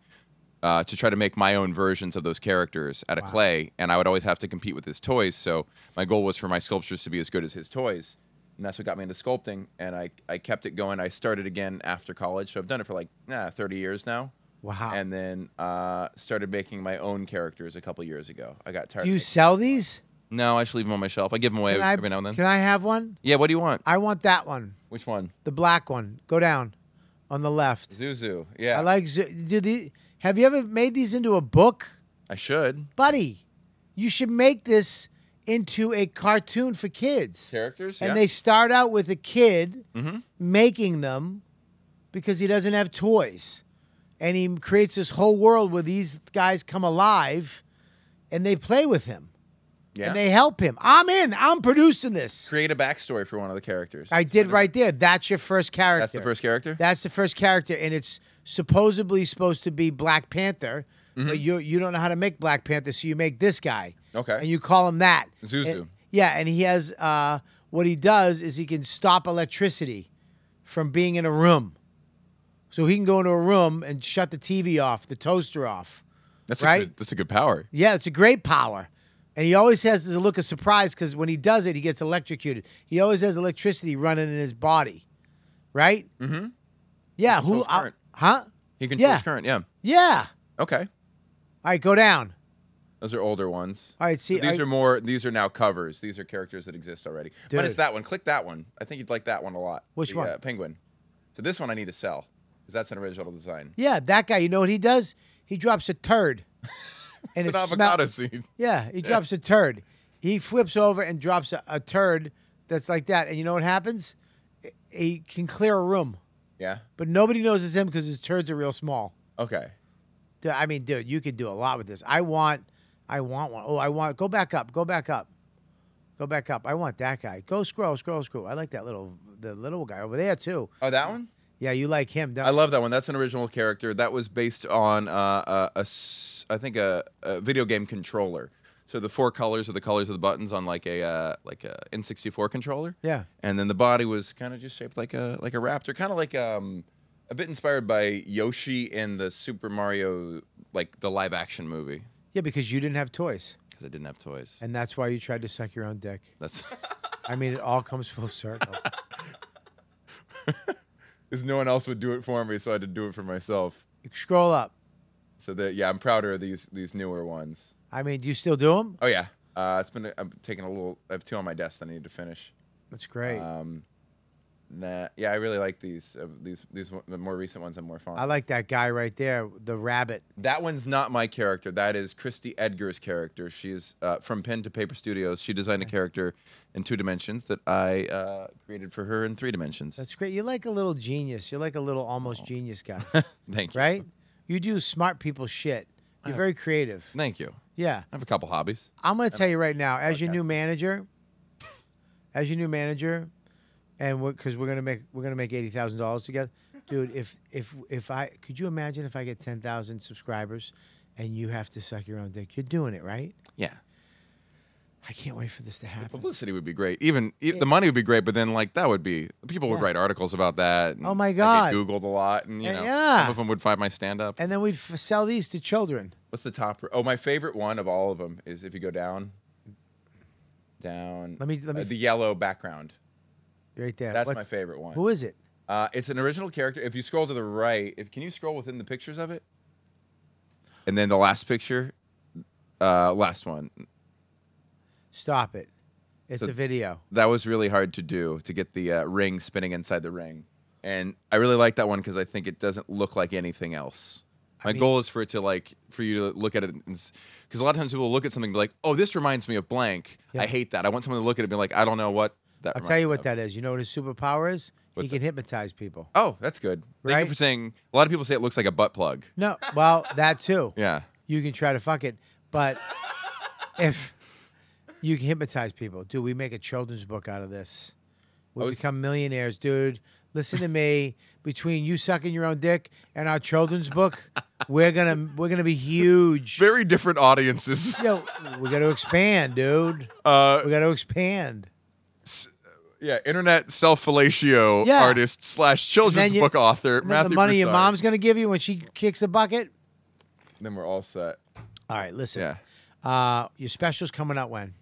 uh, to try to make my own versions of those characters out of clay, and I would always have to compete with his toys. So my goal was for my sculptures to be as good as his toys, and that's what got me into sculpting. And I, I kept it going. I started again after college, so I've done it for like nah, 30 years now.
Wow.
And then uh, started making my own characters a couple years ago. I got
Do
tired. of
you
making-
sell these?
no, I just leave them on my shelf. I give them away
Can I-
every now and then.
Can I have one?
Yeah, what do you want?
I want that one,
Which one?
the black one. Go down on the left.
Zuzu. Yeah.
I like. Zo- Do the, have you ever made these into a book,
I should.
buddy? You should make this into a cartoon for kids.
Characters?
And
yeah.
they start out with a kid
Mhm.
making them because he doesn't have toys. And he creates this whole world where these guys come alive and they play with him
yeah.
and they help him. I'm in. I'm producing this.
Create a backstory for one of the characters.
I did right there. That's your first character.
That's the first character?
That's the first character, and it's supposedly supposed to be Black Panther, but you you don't know how to make Black Panther, so you make this guy.
Mm-hmm. Okay.
And you call him that.
Zuzu.
And- yeah, and he has uh, what he does is he can stop electricity from being in a room, so he can go into a room and shut the TV off, the toaster off.
That's
right.
a good, that's a good power.
Yeah, it's a great power. And he always has this look of surprise because when he does it, he gets electrocuted. He always has electricity running in his body, right?
Mm-hmm.
Yeah. Who? uh,
controls current.
huh?
He controls
Yeah.
current. Yeah.
Yeah.
Okay.
All right, go down.
Those are older ones.
All right, see,
But these
I-
are more. These are now covers. These are characters that exist already. But it's
Dude.
that one. Click that one. I think you'd like that one a lot.
Which
The,
one?
Uh, penguin. So this one I need to sell because that's an original design.
Yeah, that guy. You know what he does? He drops a turd, and it
it's an
smell-
avocado seed.
Yeah, he drops a turd. He flips over and drops a, a turd that's like that, and you know what happens? He can clear a room,
Yeah.
but nobody knows it's him because his turds are real small.
Okay.
Dude, I mean, dude, you could do a lot with this. I want, I want one. Oh, I want. Go back up. Go back up. Go back up. I want that guy. Go scroll, scroll, scroll. I like that little, the little guy over there too.
Oh, that one.
Yeah, you like him. Don't
I love that one. That's an original character that was based on uh, a- a s- I think a, a video game controller. So the four colors are the colors of the buttons on like a uh, like a N64 controller.
Yeah.
And then the body was kind of just shaped like a like a raptor, kind of like um a bit inspired by Yoshi in the Super Mario like the live action movie
Yeah, because you didn't have toys,
because I didn't have toys.
and that's why you tried to suck your own dick.
That's
I mean, it all comes full circle.
because no one else would do it for me, so I had to do it for myself.
scroll up.
So that yeah, I'm prouder of these these newer ones.
I mean, do you still do them?
Oh yeah, uh, it's been. I'm taking a little. I have two on my desk that I need to finish.
That's great.
Um, nah, yeah, I really like these. Uh, these these one- the more recent ones. I'm more fond.
I like that guy right there, the rabbit.
that one's not my character. That is Christy Edgar's character. She's uh, from Pen to Paper Studios. She designed a character in two dimensions that I uh, created for her in three dimensions.
That's great. You're like a little genius. You're like a little
Oh.
almost genius guy,
Thank you.
right? You do smart people shit. You're very creative.
Thank you.
Yeah.
I have a couple hobbies.
I'm going to tell you right now, as your new manager, as your new manager, and because we're, gonna make we're gonna make eighty thousand dollars together, dude. If if if I could you imagine if I get ten thousand subscribers, and you have to suck your own dick, you're doing it right.
Yeah.
I can't wait for this to happen.
Publicity would be great. Even e- the money would be great, but then like that would be people would
Yeah.
write articles about that. and
Oh, my
I'd get
God.
Googled a lot, and you
Yeah,
know,
yeah.
some of them would find my stand up.
And then we'd f- sell these to children.
What's the top? Oh, my favorite one of all of them is if you go down, down.
Let me- let me
uh,
f-
the yellow background.
Right there.
That's my
What's-
favorite one.
Who is it?
Uh, it's an original character. If you scroll to the right, if can you scroll within the pictures of it? And then the last picture, uh, last one.
Stop it. It's
So-
a video.
That was really hard to do to get the uh, ring spinning inside the ring, and I really like that one because I think it doesn't look like anything else. My goal is for it to like for you to look at it, because a lot of times people will look at something and be like, "Oh, this reminds me of blank." I hate that. I want someone to look at it and be like, "I don't know what That
I'll tell you what
reminds me
that is. You know what his superpower is? he
What's
can hypnotize people.
of- Oh, that's good. Thank
Right?
you for saying. A lot of people say it looks like a butt plug.
No, well, that too.
Yeah.
You can try to fuck it, but if you can hypnotize people, dude, we make a children's book out of this. We
Oh,
become millionaires, dude. Listen to me. Between you sucking your own dick and our children's book, we're gonna we're gonna be huge.
Very different audiences.
Yo, we got to expand, dude.
Uh,
we got to expand.
Yeah, internet self fellatio
Yeah.
artist slash children's
Then you-
book author
And then
Matthew.
the money your
Broussard.
mom's gonna give you when she kicks the bucket.
Then we're all set.
All right, listen.
Yeah.
Uh, your special's coming out when?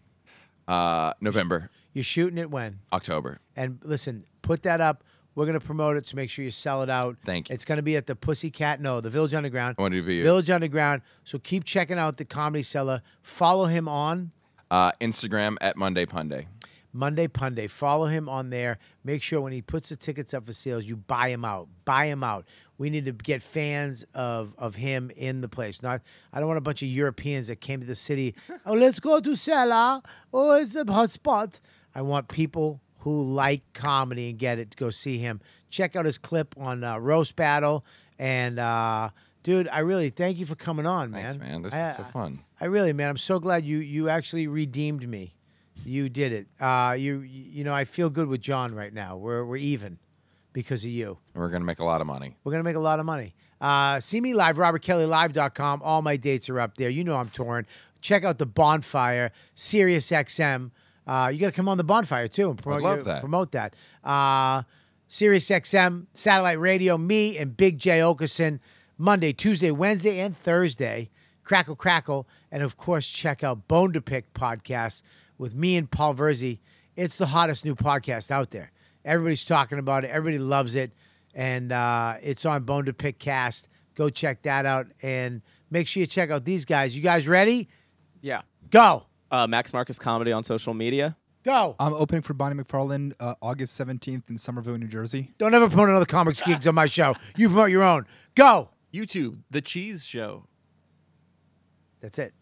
Uh, November,
You're shooting it when?
October.
And listen, put that up. We're gonna promote it to make sure you sell it out.
Thank you.
It's gonna be at the Pussycat, no, the Village Underground.
I want to do you.
Village Underground. So keep checking out the Comedy Cellar. Follow him on
Uh, Instagram at Monday Punday.
Monday Punday. Follow him on there. Make sure when he puts the tickets up for sales, you buy him out. Buy him out. We need to get fans of of him in the place. Not I don't want a bunch of Europeans that came to the city. Oh, let's go to Sella. Oh, it's a hot spot. I want people who like comedy and get it to go see him. Check out his clip on uh, roast battle and. uh Dude, I really thank you for coming on, man.
Thanks, man. This
I- uh,
was so fun.
I really, man, I'm so glad you you actually redeemed me. You did it. Uh, you you know, I feel good with John right now. We're we're even because of you.
And we're gonna make a lot of money.
We're gonna make a lot of money. Uh, see me live, robertkellylive.com. All my dates are up there. You know I'm touring. Check out the bonfire, Sirius XM. Uh, you got to come on the bonfire too and promote
love
your-
that.
Promote that. Uh, Sirius XM, satellite radio. Me and Big J Okerson, Monday, Tuesday, Wednesday, and Thursday. Crackle crackle, and of course check out Bone to Pick podcast with me and Paul Verzi. It's the hottest new podcast out there. Everybody's talking about it. Everybody loves it and uh, it's on Bone to Pick Cast. Go check that out and make sure you check out these guys. You guys ready?
Yeah.
Go.
Uh, Max Marcus comedy on social media.
Go.
I'm opening for Bonnie McFarlane uh, August 17th in Somerville, New Jersey.
Don't ever promote another comics gigs on my show. You promote your own. Go.
YouTube, The Cheese Show.
That's it.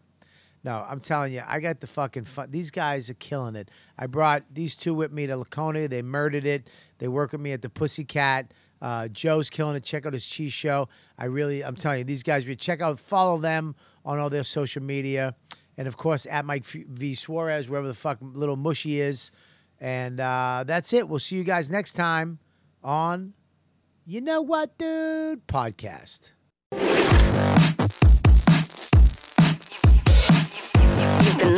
No, I'm telling you, I got the fucking fun. These guys are killing it. I brought these two with me to Lacona. They murdered it. They work with me at the Pussycat. Uh, Joe's killing it. Check out his cheese show. I really, I'm telling you, these guys, re- check out, follow them on all their social media. And of course, at Mike F- V. Suarez, wherever the fuck little mushy is. And uh, that's it. We'll see you guys next time on You Know What, Dude podcast.
You've been